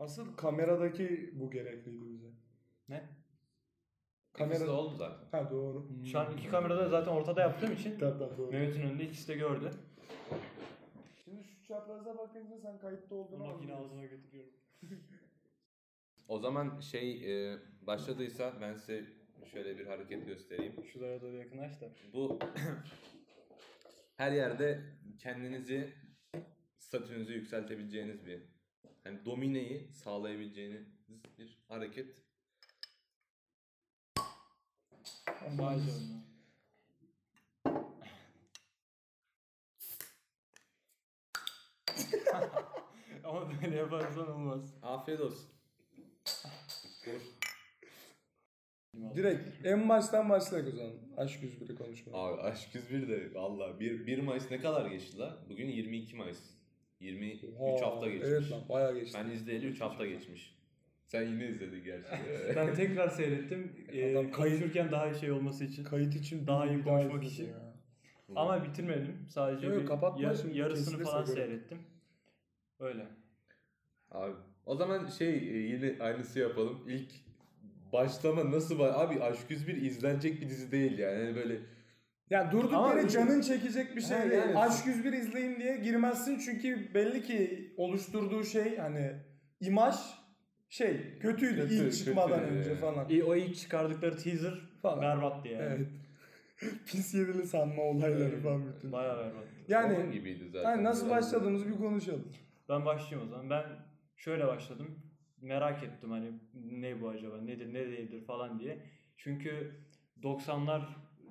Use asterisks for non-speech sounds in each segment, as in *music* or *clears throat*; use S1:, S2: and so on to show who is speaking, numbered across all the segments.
S1: Asıl kameradaki bu gerekliydi bize.
S2: Ne?
S3: İkisi de Hmm.
S1: Kamera...
S3: oldu zaten.
S1: Ha doğru.
S2: Şu an iki kamerada zaten ortada yaptığım için
S1: Tabii tabii doğru.
S2: Mehmet'in önünde ikisi de gördü.
S1: Şimdi şu çapraza bakınca sen kayıtta olduğunu anlıyorsun.
S2: götürüyorum.
S3: O zaman şey e, başladıysa ben size şöyle bir hareket göstereyim.
S2: Şuraya doğru yakınlaş da.
S3: Bu *clears throat* her yerde kendinizi statünüzü yükseltebileceğiniz bir hani domineyi sağlayabileceğiniz bir hareket.
S2: Vay canına. *laughs* Ama böyle yaparsan olmaz.
S3: Afiyet olsun. Dur.
S1: Direkt en baştan başlayalım o zaman. Aşk 101'i konuşmaya.
S3: Abi aşk 101 de valla 1, 1 Mayıs ne kadar geçti la? Bugün 22 Mayıs. 23
S1: Oha,
S3: hafta geçmiş.
S1: Evet lan bayağı geçti.
S3: Ben izleyeli 3 hafta geçmiş. Sen yine
S1: *laughs*
S3: izledin gerçi.
S2: Ben tekrar seyrettim. Ee,
S1: Adam
S2: konuşurken daha şey olması için.
S1: Kayıt için
S2: Daha iyi konuşmak
S1: izledim
S2: için.
S1: ya.
S2: Ama bitirmedim. Sadece
S1: Yok, yok,
S2: bir
S1: kapatma
S2: yar-
S1: şimdi,
S2: yarısını
S1: kesilirse
S2: falan
S1: görelim.
S2: seyrettim. Öyle.
S3: Abi o zaman şey e, yine aynısı yapalım. İlk başlama nasıl var? Abi Aşk 101 izlenecek bir dizi değil yani. Hani böyle
S1: Ya durduk
S2: Ama
S1: yere
S2: öyle-
S1: canın çekecek bir şey
S3: Ha,
S1: değil.
S3: yani-
S1: Aşk 101 izleyeyim diye girmezsin çünkü belli ki oluşturduğu şey hani imaj şey kötüydü
S3: Kötü,
S1: ilk
S3: kötü
S1: çıkmadan
S3: yani.
S1: önce falan.
S2: İyi, o ilk çıkardıkları teaser
S1: Falan.
S2: berbattı yani.
S1: Evet. *laughs* Pis yedili sanma olayları falan bütün.
S2: Bayağı berbat.
S1: Yani
S3: onun gibiydi zaten.
S1: hani nasıl
S3: Biraz-
S1: başladığımızı bir konuşalım.
S2: Ben başlayayım o zaman. Ben şöyle başladım. Merak ettim hani ne bu acaba, nedir, ne değildir falan diye. Çünkü 90'lar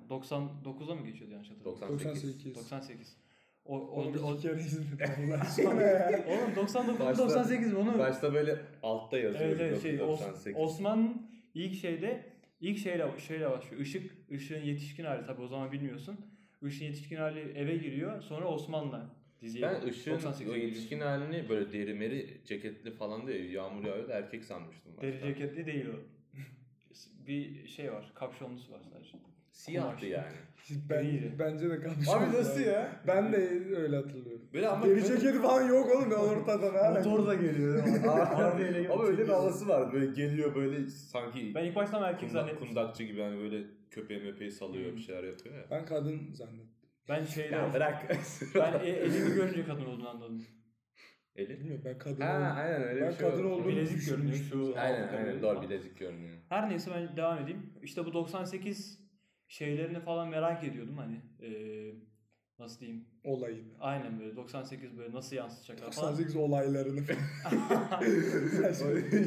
S2: 99'a mı geçiyordu yanlış hatırlamıyorum?
S3: 98.
S1: 98.
S2: 98. O, o,
S1: Onu bir
S2: o-
S1: iki kere izledim Allah aşkına ya.
S2: *laughs* oğlum 99 mu,
S3: Başta-
S2: 98 mi onu?
S3: Başta böyle altta yazıyor.
S2: evet evet şey Os-
S3: 98.
S2: Osman ilk şeyde ilk şeyle şeyle başlıyor. Işık ışığın yetişkin hali tabii o zaman bilmiyorsun. Işığın yetişkin hali eve giriyor. Sonra Osman'la diziye.
S3: ben ışığın o
S2: 98'e giriyor.
S3: yetişkin halini böyle deri meri ceketli falan diye yağmur yağıyor da erkek sanmıştım. başta.
S2: Deri ceketli değil o. *laughs* Bir şey var, kapşonlusu var sadece.
S3: Siyahtı yani.
S1: Ben,
S2: İyiydi.
S1: bence de kalmış.
S3: ya?
S1: Ben de öyle hatırlıyorum.
S3: Böyle ama
S1: Geri
S3: böyle-
S1: ceketi falan yok oğlum ben ortadan hala.
S2: da geliyor.
S3: *laughs* Abi, *laughs* ama öyle bir havası vardı. Böyle geliyor böyle sanki
S2: Ben ilk baştan erkek
S3: Kundak,
S2: zannettim.
S3: kundakçı gibi hani böyle köpeği möpeği salıyor bir şeyler yapıyor ya.
S1: Ben kadın zannettim.
S2: Ben şeyden,
S3: Hmm. Ya bırak. *laughs*
S2: ben e- elimi görünce kadın olduğunu anladım.
S3: Eli.
S1: Bilmiyorum ben kadın
S3: Ha
S1: oldum.
S3: aynen öyle
S1: Ben
S3: bir şey
S1: kadın
S3: oldu.
S1: olduğunu
S2: Bilezik görünüyor,
S1: düşünmüştüm
S2: şu-
S1: zaten.
S3: Aynen
S2: Altı
S3: aynen
S2: kadın.
S3: doğru bilezik *laughs* görünüyor.
S2: Her neyse ben devam edeyim. İşte bu 98 şeylerini falan merak ediyordum hani. Ee, nasıl diyeyim?
S1: Olayını.
S2: Aynen böyle 98 böyle nasıl yansıtacaklar falan.
S1: 98 olaylarını
S2: şey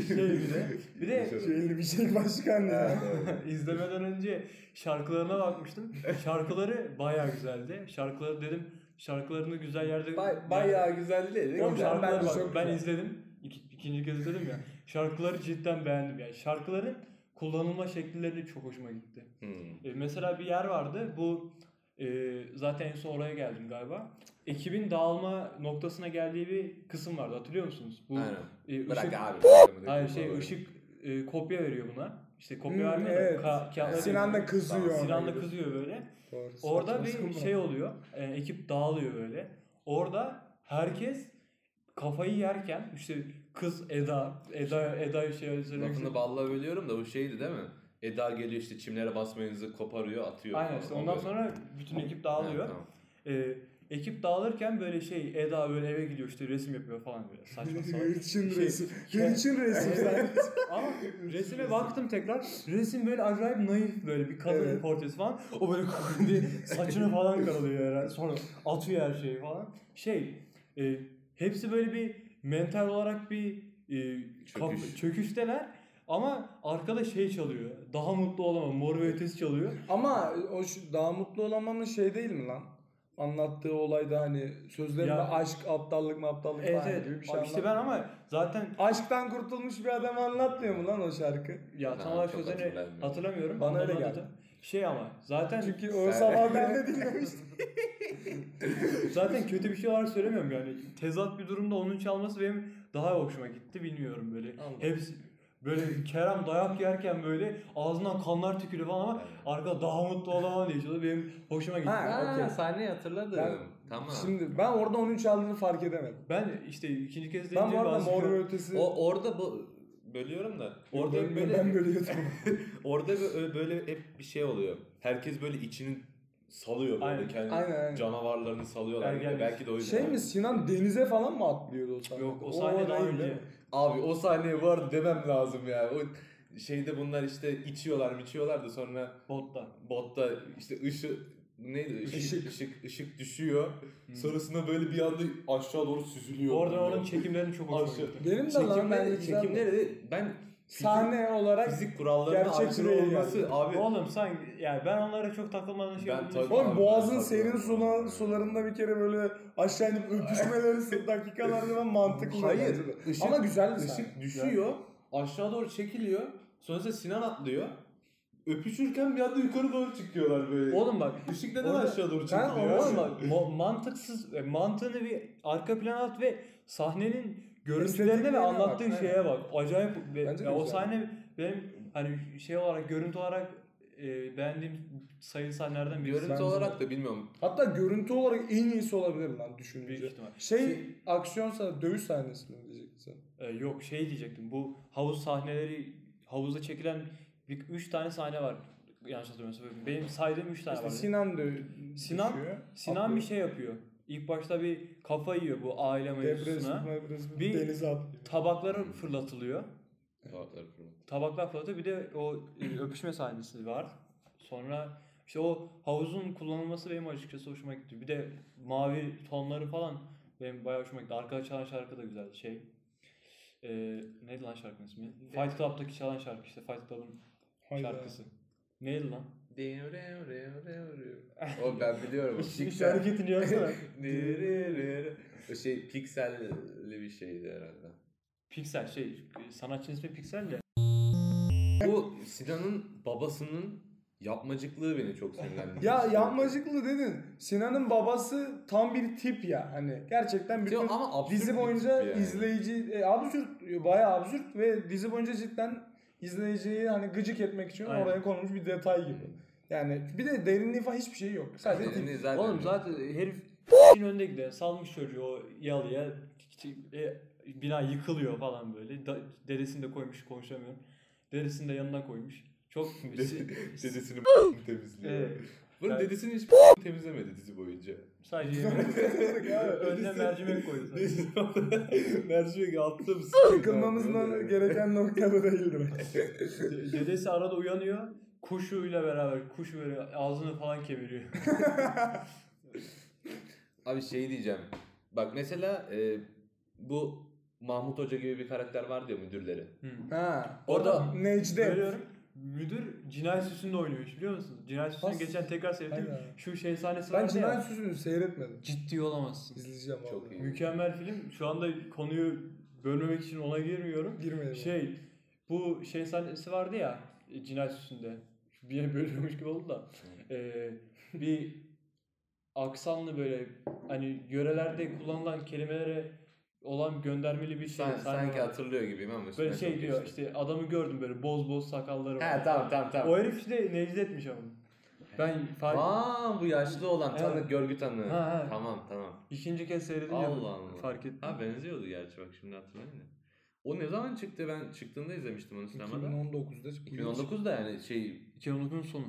S2: bir de. Bir
S3: *laughs*
S2: de
S1: Şeyli bir şey başkan ya.
S2: İzlemeden önce şarkılarına bakmıştım. Şarkıları baya güzeldi. Şarkıları dedim şarkılarını güzel yerde...
S3: bayağı güzeldi değil
S2: Oğlum şarkıları
S1: ben-
S2: bak,
S1: çok
S2: ben
S1: güzel.
S2: izledim. İki, ikinci kez izledim ya. Şarkıları cidden beğendim yani. Şarkıların kullanılma şekilleri çok hoşuma gitti.
S3: Hmm.
S2: E, mesela bir yer vardı. Bu e, zaten en son oraya geldim galiba. Ekibin dağılma noktasına geldiği bir kısım vardı. Hatırlıyor musunuz? Bu
S3: Aynen.
S2: e, ışık-
S3: Bırak abi.
S2: Hayır şey ışık e, kopya veriyor buna. İşte kopya
S1: Hmm,
S2: vermiyor da
S1: evet.
S2: ka- kağıtları
S1: Sinan da
S2: veriyor.
S1: kızıyor.
S2: Sinan da
S1: ona.
S2: kızıyor böyle.
S1: Doğru,
S2: Orada
S1: saçma
S2: bir
S1: sapan. *laughs*
S2: şey oluyor. e, ekip dağılıyor böyle. Orada herkes kafayı yerken işte kız Eda, Eda Eda şey
S3: Lafını balla bölüyorum da bu şeydi değil mi? Eda geliyor işte çimlere basmayınızı koparıyor atıyor.
S2: Aynen işte ondan sonra bütün ekip dağılıyor. E, ekip dağılırken böyle şey Eda böyle eve gidiyor işte resim yapıyor falan böyle saçma sapan.
S1: Hırçın
S2: Şey-
S1: *laughs* resim.
S2: şey-
S1: Hırçın resim zaten.
S2: *laughs*
S1: *laughs*
S2: Ama resime baktım tekrar. Resim böyle acayip naif böyle bir kadın
S1: Evet.
S2: portresi falan. O böyle diye saçını falan karalıyor herhalde. Sonra atıyor her şeyi falan. Şey, e, hepsi böyle bir mental olarak bir e, kaf-
S3: Çöküş.
S2: çöküşteler. Ama arkada şey çalıyor. Daha mutlu olamam. Mor ve ötesi çalıyor.
S1: Ama o şu daha mutlu olamamın şey değil mi lan? Anlattığı olayda hani sözlerinde
S2: Ya-
S1: aşk, aptallık mı aptallık
S2: Evet
S1: falan
S2: evet.
S1: gibi bir şey
S2: Abi işte ben
S1: anlatmıyor.
S2: ama zaten
S1: Aşktan kurtulmuş bir adam anlatmıyor mu lan o şarkı?
S2: ya
S3: Ha,
S2: tam olarak
S3: çok
S2: sözlerini
S3: hatırlamıyorum.
S2: hatırlamıyorum.
S1: Bana öyle
S2: Anlamına
S1: geldi.
S2: da- Şey ama zaten
S1: Çünkü o
S3: Sen-
S1: sabah ben
S2: *laughs*
S1: de dinlemiştim.
S2: Zaten kötü bir şey olarak söylemiyorum yani. Tezat bir durumda onun çalması benim daha hoşuma gitti bilmiyorum böyle.
S3: Anladım.
S2: Hepsi böyle Kerem dayak yerken böyle ağzından kanlar tükürüyor falan ama
S3: Aynen.
S2: arka daha mutlu olamam diye çalıyor. Benim hoşuma gitti.
S1: Ha,
S3: Ha,
S1: okey.
S3: sahneyi hatırladım.
S1: Ben
S3: Tamam.
S1: Şimdi ben orada onun çaldığını fark edemedim.
S2: Ben işte ikinci kez
S1: Ben
S2: deyince
S1: bu arada
S2: bazı-
S1: mor ve ötesi...
S3: O orada bu bölüyorum da orada
S1: Ben-
S3: böyle
S2: *laughs*
S1: Ben bölüyordum.
S3: orada bö- böyle hep bir şey oluyor. Herkes böyle içini salıyor böyle
S2: Aynen.
S3: kendi
S1: Aynen, aynen.
S3: canavarlarını salıyorlar.
S2: Ergen
S3: Yani belki de o yüzden.
S1: Şey mi Sinan denize falan mı atlıyordu o sahne?
S2: Yok o sahne daha
S1: değil, değil
S2: önce.
S1: mi?
S3: Abi o sahneye var demem lazım ya. O şeyde bunlar işte içiyorlar, içiyorlar da sonra
S2: Botta.
S3: botta işte ışık neydi? Işık,
S1: Işık. Hmm.
S3: ışık, ışık, düşüyor. Sonrasında böyle bir anda aşağı doğru süzülüyor.
S2: Orada onun çekimlerini çok hoşuma
S3: Aşırı.
S2: gitti.
S1: Benim de lan ben
S3: çekimleri,
S1: güzel-
S3: çekimleri de ben
S1: sahne olarak
S3: fizik kurallarına
S1: gerçek
S3: aykırı
S1: değil yani.
S3: olması abi
S2: Oğlum sanki yani ben onlara çok takılmadan şey
S3: Ben
S2: yapmış-
S3: tabii-
S1: Oğlum
S3: Abi,
S1: boğazın
S3: ben
S1: serin
S3: saçmalıyorum.
S1: sula, sularında bir kere böyle aşağı inip
S2: *laughs*
S1: öpüşmeleri sı- dakikalarda ben mantıklı.
S3: Hayır.
S1: bence de.
S3: ışık-
S1: Ama güzel bir sahne.
S3: Işık düşüyor. Aşağı doğru çekiliyor. Sonrasında Sinan atlıyor. Öpüşürken bir anda yukarı doğru çıkıyorlar böyle.
S2: Oğlum bak
S3: Işık neden
S2: Orada-
S3: aşağı doğru
S1: Ben
S3: çıkıyor?
S2: Oğlum
S1: anlamadım.
S2: bak mo- mantıksız e, mantığını bir arka plana at ve sahnenin görüntülerine ve
S1: Estetikliğine bak,
S2: anlattığın
S1: aynen.
S2: şeye bak. Acayip ve-
S1: Bence de
S2: ya o
S1: güzel.
S2: sahne benim hani şey olarak görüntü olarak e, beğendiğim sayılı sahnelerden birisi.
S1: Bence
S3: Görüntü
S1: de.
S3: olarak da bilmiyorum.
S1: Hatta görüntü olarak en iyisi olabilir lan
S2: Büyük
S1: düşününce.
S2: ihtimal.
S1: Şey aksiyon sahne, dövüş sahnesi mi diyecektin?
S2: E, yok şey diyecektim. Bu havuz sahneleri havuzda çekilen bir, üç tane sahne var. Yanlış hatırlamıyorsam. Benim saydığım üç tane
S1: İşte
S2: var.
S1: Sinan dö-
S2: Sinan-
S1: düşüyor.
S2: Sinan bir şey yapıyor. İlk başta bir kafa yiyor bu aile mevzusuna.
S1: Depresif, depresif
S2: Bir-
S1: denize atlıyor.
S2: Tabakları fırlatılıyor. Tabaklar fırlatıyor. Bir de o e, öpüşme sahnesi var. Sonra işte o havuzun kullanılması benim açıkçası hoşuma gitti. Bir de mavi tonları falan benim bayağı hoşuma gitti. Arkada çalan şarkı da güzeldi. Şey e, neydi lan şarkının ismi? Fight Club'daki çalan şarkı işte Fight Club'ın
S1: Hayda.
S2: şarkısı. Neydi lan?
S3: O ben
S1: *laughs*
S3: biliyorum.
S1: Hiç hareketini yapsana.
S3: O şey pikselli bir şeydi herhalde.
S2: Pixel şey e, sanatçının ismi Pixel de.
S3: Bu Sinan'ın babasının yapmacıklığı beni çok
S1: *laughs*
S3: sinirlendirdi.
S1: Ya yapmacıklı dedin. Sinan'ın babası tam bir tip ya. Hani gerçekten bütün
S3: Diyor ama absürt bir
S1: dizi
S3: tip
S1: boyunca
S3: yani.
S1: izleyici e, absürt bayağı absürt ve dizi boyunca cidden izleyiciyi hani gıcık etmek için
S2: Aynen.
S1: oraya konulmuş bir detay gibi. Yani bir de derinliği falan hiçbir şey yok. Sadece tip.
S3: *laughs* Yani zaten-
S2: Oğlum zaten herif
S1: Oh!
S2: in önde gidiyor. Salmış çocuğu o yalıya. E, bina yıkılıyor falan böyle. Da, dedesini de koymuş konuşamıyor. Dedesini de yanına koymuş. Çok
S1: *laughs*
S3: *laughs* dedesini b- temizliyor.
S2: Evet.
S3: Bunun
S2: Yani-
S3: dedesini
S2: *laughs*
S3: hiç b- temizlemedi dizi *laughs* boyunca.
S2: Sadece yemek-
S1: *laughs*
S2: önüne
S3: Dedesi-
S2: mercimek koydu. sadece.
S3: Dedesi
S2: *laughs*
S3: mercimek attı mı?
S1: Sıkılmamız gereken noktada
S3: *laughs*
S1: değildi.
S2: De- Dedesi arada uyanıyor. Kuşuyla beraber kuş böyle ağzını falan
S1: *laughs*
S2: kemiriyor.
S3: Abi şey diyeceğim. Bak mesela e, bu Mahmut Hoca gibi bir karakter vardı ya müdürleri.
S2: Hı.
S1: ha.
S3: Orada
S1: Necdet.
S2: Hmm. Görüyorum. Müdür cinayet süsünde oynuyormuş biliyor musunuz? Cinayet süsünü
S1: Nasıl?
S2: geçen tekrar seyrettim.
S1: Aynen.
S2: Şu şey sahnesi
S1: Ben
S2: vardı ya.
S1: Cinayet Süsü'nü seyretmedim.
S2: Ciddi olamazsın.
S1: İzleyeceğim
S3: Çok
S1: vallahi.
S3: iyi.
S2: Mükemmel film. Şu anda konuyu bölmemek için ona girmiyorum.
S1: Girmeyelim.
S2: Şey, bu şey sahnesi vardı ya e, cinayet üstünde. Bir yere bölüyormuş gibi oldu da. Ee, bir aksanlı böyle hani yörelerde kullanılan kelimelere olan göndermeli bir şey.
S3: San-
S2: sahne
S3: sanki
S2: var.
S3: hatırlıyor gibiyim ama. üstüne
S2: Böyle şey
S3: çok
S2: diyor
S3: geçti.
S2: işte adamı gördüm böyle boz boz sakalları var.
S3: He tamam tamam
S2: O
S3: tamam.
S2: herif işte Necdet'miş ama. Ben fark...
S3: Aa bu yaşlı olan
S2: Evet.
S3: tanık görgü tanığı.
S2: Ha, ha.
S3: Tamam tamam.
S2: ikinci kez seyredince
S3: Allah Allah.
S2: fark ettim.
S3: Ha benziyordu gerçi bak şimdi hatırlayın da. O ne zaman çıktı? Ben çıktığında izlemiştim onu sinemada.
S1: 2019'da çıktı.
S3: 2019'da yani şey
S2: 2019'un sonu.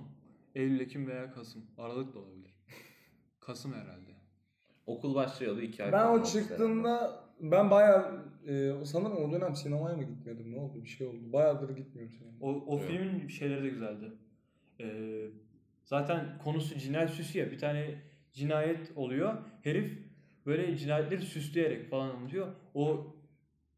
S2: Eylül, Ekim veya Kasım. Aralık da olabilir. *laughs* Kasım herhalde.
S3: okul başlayalı iki ay.
S1: Ben
S3: falan
S1: o
S3: oldu herhalde.
S1: çıktığında ben bayağı e, sanırım o dönem sinemaya mı gitmedim ne oldu bir şey oldu. Bayağıdır gitmiyorum sinemaya.
S2: O, o
S3: Evet.
S2: filmin şeyleri de güzeldi. Ee, zaten konusu cinayet süsü ya. Bir tane cinayet oluyor. Herif böyle cinayetleri süsleyerek falan anlatıyor. O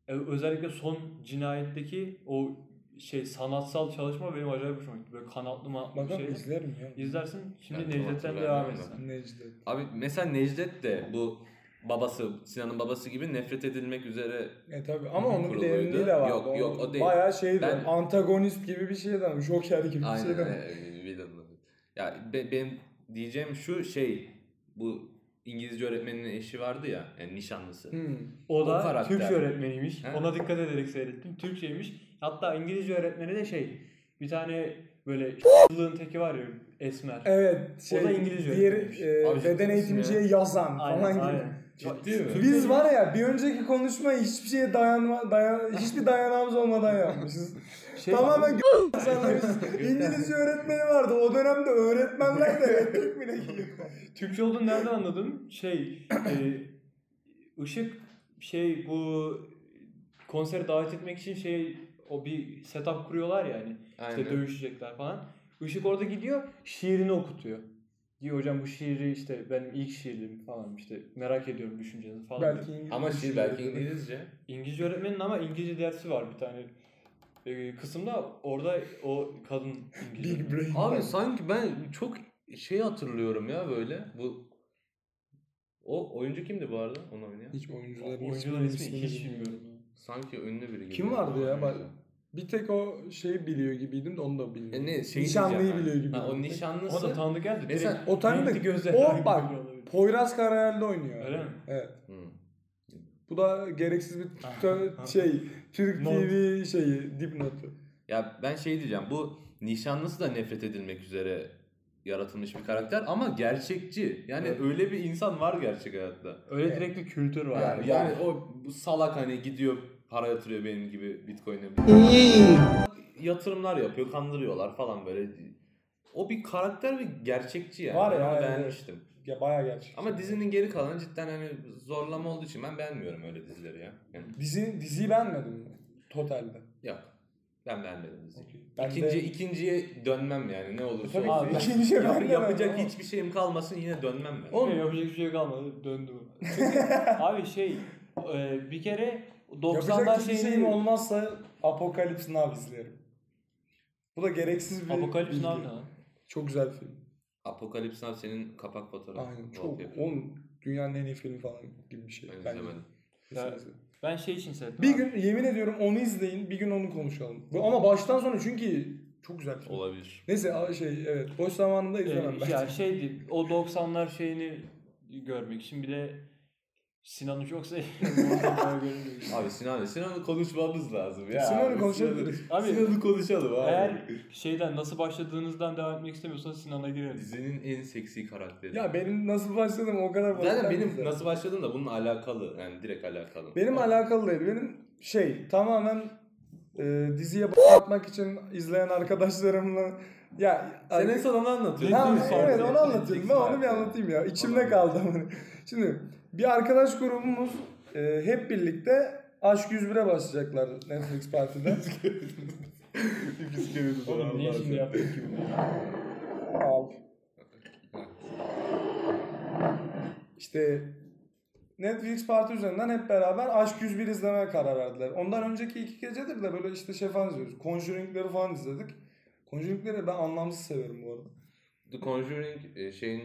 S2: e, özellikle son cinayetteki o şey sanatsal çalışma benim acayip hoşuma gitti. Böyle kanatlı manatlı bir
S1: Bakalım
S2: şey.
S1: izlerim ya.
S2: İzlersin. Şimdi
S3: Ben tam
S2: Necdet'ten devam
S3: hatırlamıyorum
S2: etsin.
S1: Necdet.
S3: Abi mesela Necdet de bu babası Sinan'ın babası gibi nefret edilmek üzere
S1: E tabi ama onun bir
S3: Kuruluydu.
S1: derinliği de vardı.
S3: Yok,
S1: Onun
S3: yok, o değil.
S1: Bayağı şeydi.
S3: Ben-
S1: Antagonist gibi bir şeydi ama Joker gibi bir şey
S3: aynen
S1: şeydi. ama.
S3: e, villain'ı. Ya be- benim diyeceğim şu şey bu İngilizce öğretmeninin eşi vardı ya yani nişanlısı.
S1: Hmm.
S2: O
S3: O
S2: da
S3: karakter.
S2: Türkçe öğretmeniymiş.
S3: He.
S2: Ona dikkat ederek seyrettim. Türkçeymiş. Hatta İngilizce öğretmeni de şey Bir tane böyle yılın teki var ya esmer.
S1: Evet. Şey,
S2: O da İngilizce
S1: Diğeri
S2: öğretmenmiş.
S1: e,
S3: Abi ciddi
S1: beden
S3: misin
S1: eğitimciye yazan falan
S2: Aynen
S1: gibi.
S2: aynen.
S3: Ciddi mi?
S2: Türkiye'de-
S1: Biz var ya bir önceki konuşma hiçbir şeye dayanma, dayan, hiçbir dayanağımız olmadan yapmışız.
S2: *laughs* Şey- *laughs*
S1: Tamamen gö- sanmışız. İngilizce öğretmeni vardı. O dönemde öğretmenler de elektrik bile geliyor.
S2: Türkçe olduğunu nereden anladım? Şey, e, ışık şey bu konseri davet etmek için şey o bir setup kuruyorlar ya hani işte
S3: Aynen.
S2: dövüşecekler falan. Işık orada gidiyor şiirini okutuyor. Diyor hocam bu şiiri işte benim ilk şiirim falan işte merak ediyorum düşüncenizi falan. diyor.
S1: Belki İngilizce.
S3: Ama şey belki İngilizce.
S2: İngilizce öğretmenin ama İngilizce dersi var bir tane e, kısımda orada o kadın İngilizce.
S1: Big brain.
S3: Abi sanki ben çok şey hatırlıyorum ya böyle. Bu o oyuncu kimdi bu arada? Onu oynayan.
S1: Hiç oyuncuların,
S2: Oyuncuların ismini hiç bilmiyorum.
S3: Sanki ünlü biri gibi.
S1: Kim vardı ya? Bak- Bir tek o şeyi biliyor gibiydim de onu da bilmiyorum.
S3: E ne, şey
S1: Nişanlıyı
S3: diyeceğim ben.
S1: biliyor gibi.
S3: Ha, o
S2: O da
S3: nişanlısı.
S2: tanıdık geldi.
S3: Mesela
S2: direkt
S1: o tanıdık.
S2: renkli gözler.
S1: O bak. Poyraz Karayel'de oynuyor.
S2: Öyle mi?
S1: Evet.
S3: Hı.
S1: Bu da gereksiz bir tö- şey. Türk
S2: Not.
S1: TV şeyi dipnotu.
S3: Ya ben şey diyeceğim bu nişanlısı da nefret edilmek üzere yaratılmış bir karakter ama gerçekçi. Yani
S2: Evet.
S3: öyle bir insan var gerçek hayatta.
S2: Öyle direkt bir kültür var.
S3: Yani, yani o bu salak hani gidiyor para yatırıyor benim gibi bitcoin'e. Yatırımlar yapıyor kandırıyorlar falan böyle. O bir karakter ve gerçekçi yani.
S1: Var
S3: Ben
S1: ya,
S3: onu
S1: evet.
S3: beğenmiştim.
S1: Ya bayağı gerçek.
S3: Ama dizinin geri kalanı cidden hani zorlama olduğu için ben beğenmiyorum öyle dizileri ya. Yani
S1: Dizi, diziyi beğenmedim totalde.
S3: yok. Ben beğenmedim diziyi.
S1: Ben de-
S3: İkinci, ikinciye dönmem yani ne olursa
S1: Tabii
S3: olsun.
S1: ki. İkinci şey
S3: Yap-
S1: ben de
S3: yapacak
S1: beğenmedim.
S3: hiçbir şeyim kalmasın yine dönmem ben.
S2: Oğlum yapacak bir şey kalmadı. Döndü
S1: *laughs*
S2: bu. Çünkü abi şey e, bir kere
S1: Yapacak
S2: 90'lar
S1: hiçbir şey şeyim
S2: şeyini
S1: olmazsa Apokalips Now izlerim. Bu da gereksiz bir
S2: Apokalips
S1: bilgi.
S2: ne lan?
S1: Çok güzel film.
S3: Apokalips Now senin kapak fotoğrafı.
S1: Aynen. Çok.
S3: Wallpaper.
S1: Oğlum dünyanın en iyi filmi falan gibi bir şey.
S3: Ben
S1: Bence.
S3: izlemedim.
S1: Kesin
S2: Ya-
S1: izle.
S2: Ben şey için seyrettim.
S1: Bir
S2: abi.
S1: gün yemin ediyorum onu izleyin. Bir gün onu konuşalım. Bu- Ama baştan sona çünkü çok güzel film.
S3: Olabilir.
S1: Neyse a- şey evet boş zamanında
S2: E,
S3: Ee,
S1: izlemem ben. *laughs*
S2: ya şeydi o 90'lar şeyini görmek için bir de Sinan Uç yoksa Oradan böyle
S1: *laughs*
S2: görünmüyor.
S3: Abi Sinan'ı Sinan'ı konuşmamız lazım ya.
S1: Sinan'ı
S3: Abi,
S1: konuşabiliriz.
S3: Sinan'ı-
S2: Abi
S3: Sinan'ı konuşalım abi.
S2: eğer şeyden nasıl başladığınızdan devam etmek istemiyorsanız Sinan'a gireriz.
S3: Dizinin en seksi karakteri.
S1: Ya benim nasıl başladım o kadar
S3: Zaten
S1: baştan
S3: benim
S1: izlerim.
S3: nasıl başladığım da bununla alakalı. Yani direkt alakalı.
S1: Benim alakalı değil. Benim şey tamamen e, diziye bakmak için izleyen arkadaşlarımla ya
S3: Sen en son onu anlatıyorsun.
S1: Ha,
S3: değil mi?
S1: evet
S3: Sonra-
S1: onu anlatayım. Ben onu bir anlatayım ya. İçimde kaldım. Şimdi bir arkadaş grubumuz e, hep birlikte Aşk 101'e başlayacaklar Netflix
S3: *laughs*
S1: partide.
S3: İkisi kere de
S2: Oğlum niye
S3: Allah
S2: şimdi
S3: aşkına.
S2: yaptık ki bunu?
S1: Al. İşte Netflix parti üzerinden hep beraber Aşk 101 izlemeye karar verdiler. Ondan önceki iki gecedir de böyle işte şey falan izliyoruz. Conjuring'leri falan izledik. Conjuring'leri ben anlamsız severim bu arada.
S3: The Conjuring e, şeyin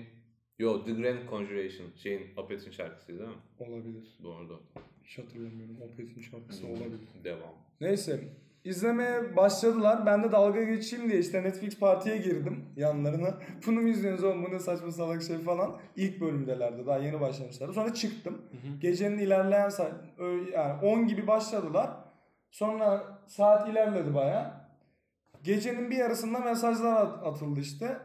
S3: Yo The Grand Conjuration şeyin Puppet'in şarkısı değil mi?
S1: Olabilir.
S3: Doğru
S1: Hiç hatırlamıyorum. Opet'in şarkısı
S3: doğru.
S1: olabilir.
S3: Devam.
S1: Neyse. izlemeye başladılar. Ben de dalga geçeyim diye işte Netflix partiye girdim yanlarına. *laughs* Bunu mu izliyorsunuz oğlum bu ne saçma salak şey falan. İlk bölümdelerdi daha yeni başlamışlardı. Sonra çıktım.
S2: hı.
S1: Gecenin ilerleyen saat ö- yani 10 gibi başladılar. Sonra saat ilerledi baya. Gecenin bir yarısında mesajlar at- atıldı işte.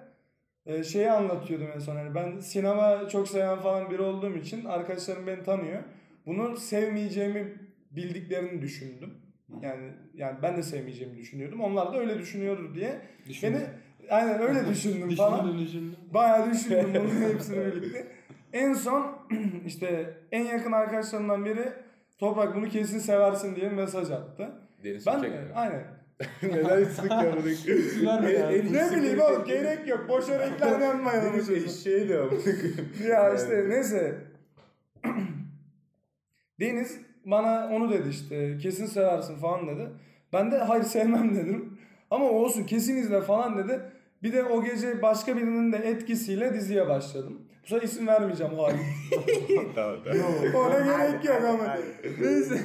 S1: Ee, şeyi anlatıyordum en son. Hani ben sinema çok seven falan biri olduğum için arkadaşlarım beni tanıyor. Bunu sevmeyeceğimi bildiklerini düşündüm. Yani yani ben de sevmeyeceğimi düşünüyordum. Onlar da öyle düşünüyordur diye.
S2: Düşündüm.
S1: Beni aynen öyle düşündüm
S2: *laughs*
S1: falan.
S2: Düşündüm düşündüm.
S1: Bayağı düşündüm bunun *laughs* hepsini birlikte. En son *clears throat* işte en yakın arkadaşlarımdan biri Toprak bunu kesin seversin diye mesaj attı.
S3: Deniz
S1: Ben
S3: Çiçek mi?
S1: aynen.
S3: Neden sıkamadık?
S2: verme ya.
S1: E, ne bileyim oğlum gerek yok. Boşa reklam yapmayalım. bu çocuğa.
S3: Şey de
S1: *laughs* ya işte neyse. *clears throat* Deniz bana onu dedi işte kesin seversin falan dedi. Ben de hayır sevmem *laughs* dedim. Ama olsun kesin izle falan dedi. Bir de o gece başka birinin de etkisiyle diziye başladım. Bu sefer isim vermeyeceğim o halde.
S3: tamam
S1: Ona gerek yok ama. Neyse.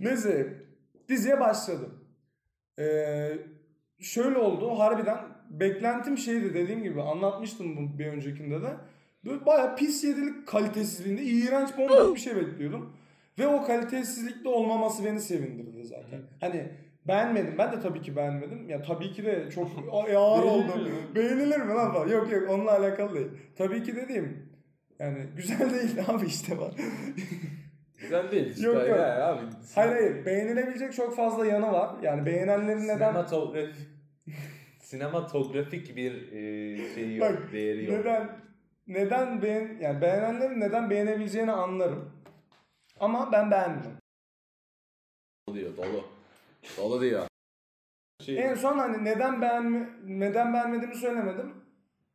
S1: Neyse. Diziye başladım. Ee, şöyle oldu. Harbiden beklentim şeydi dediğim gibi. Anlatmıştım bu bir öncekinde de. Böyle bayağı pis yedilik kalitesizliğinde iğrenç bomba bir şey bekliyordum. Ve o kalitesizlikte olmaması beni sevindirdi zaten. Hani Beğenmedim. Ben de tabii ki beğenmedim. Ya tabii ki de çok Ay, ağır oldu.
S2: Beğenilir mi?
S1: Beğenilir mi lan falan. Yok yok onunla alakalı değil. Tabii ki dediğim yani güzel *laughs* değil abi işte var.
S3: Güzel değil işte.
S1: Yok, yok.
S3: Ya, abi.
S1: hayır hayır beğenilebilecek çok fazla yanı var. Yani beğenenlerin neden
S3: Sinematografik sinematografik bir e, şey yok,
S1: Bak,
S3: değeri yok.
S1: neden neden beğen yani beğenenlerin neden beğenebileceğini anlarım. Ama ben beğenmedim.
S3: Oluyor, dolu. Dolu diyor. Şey,
S1: En son hani neden beğenme neden beğenmediğimi söylemedim.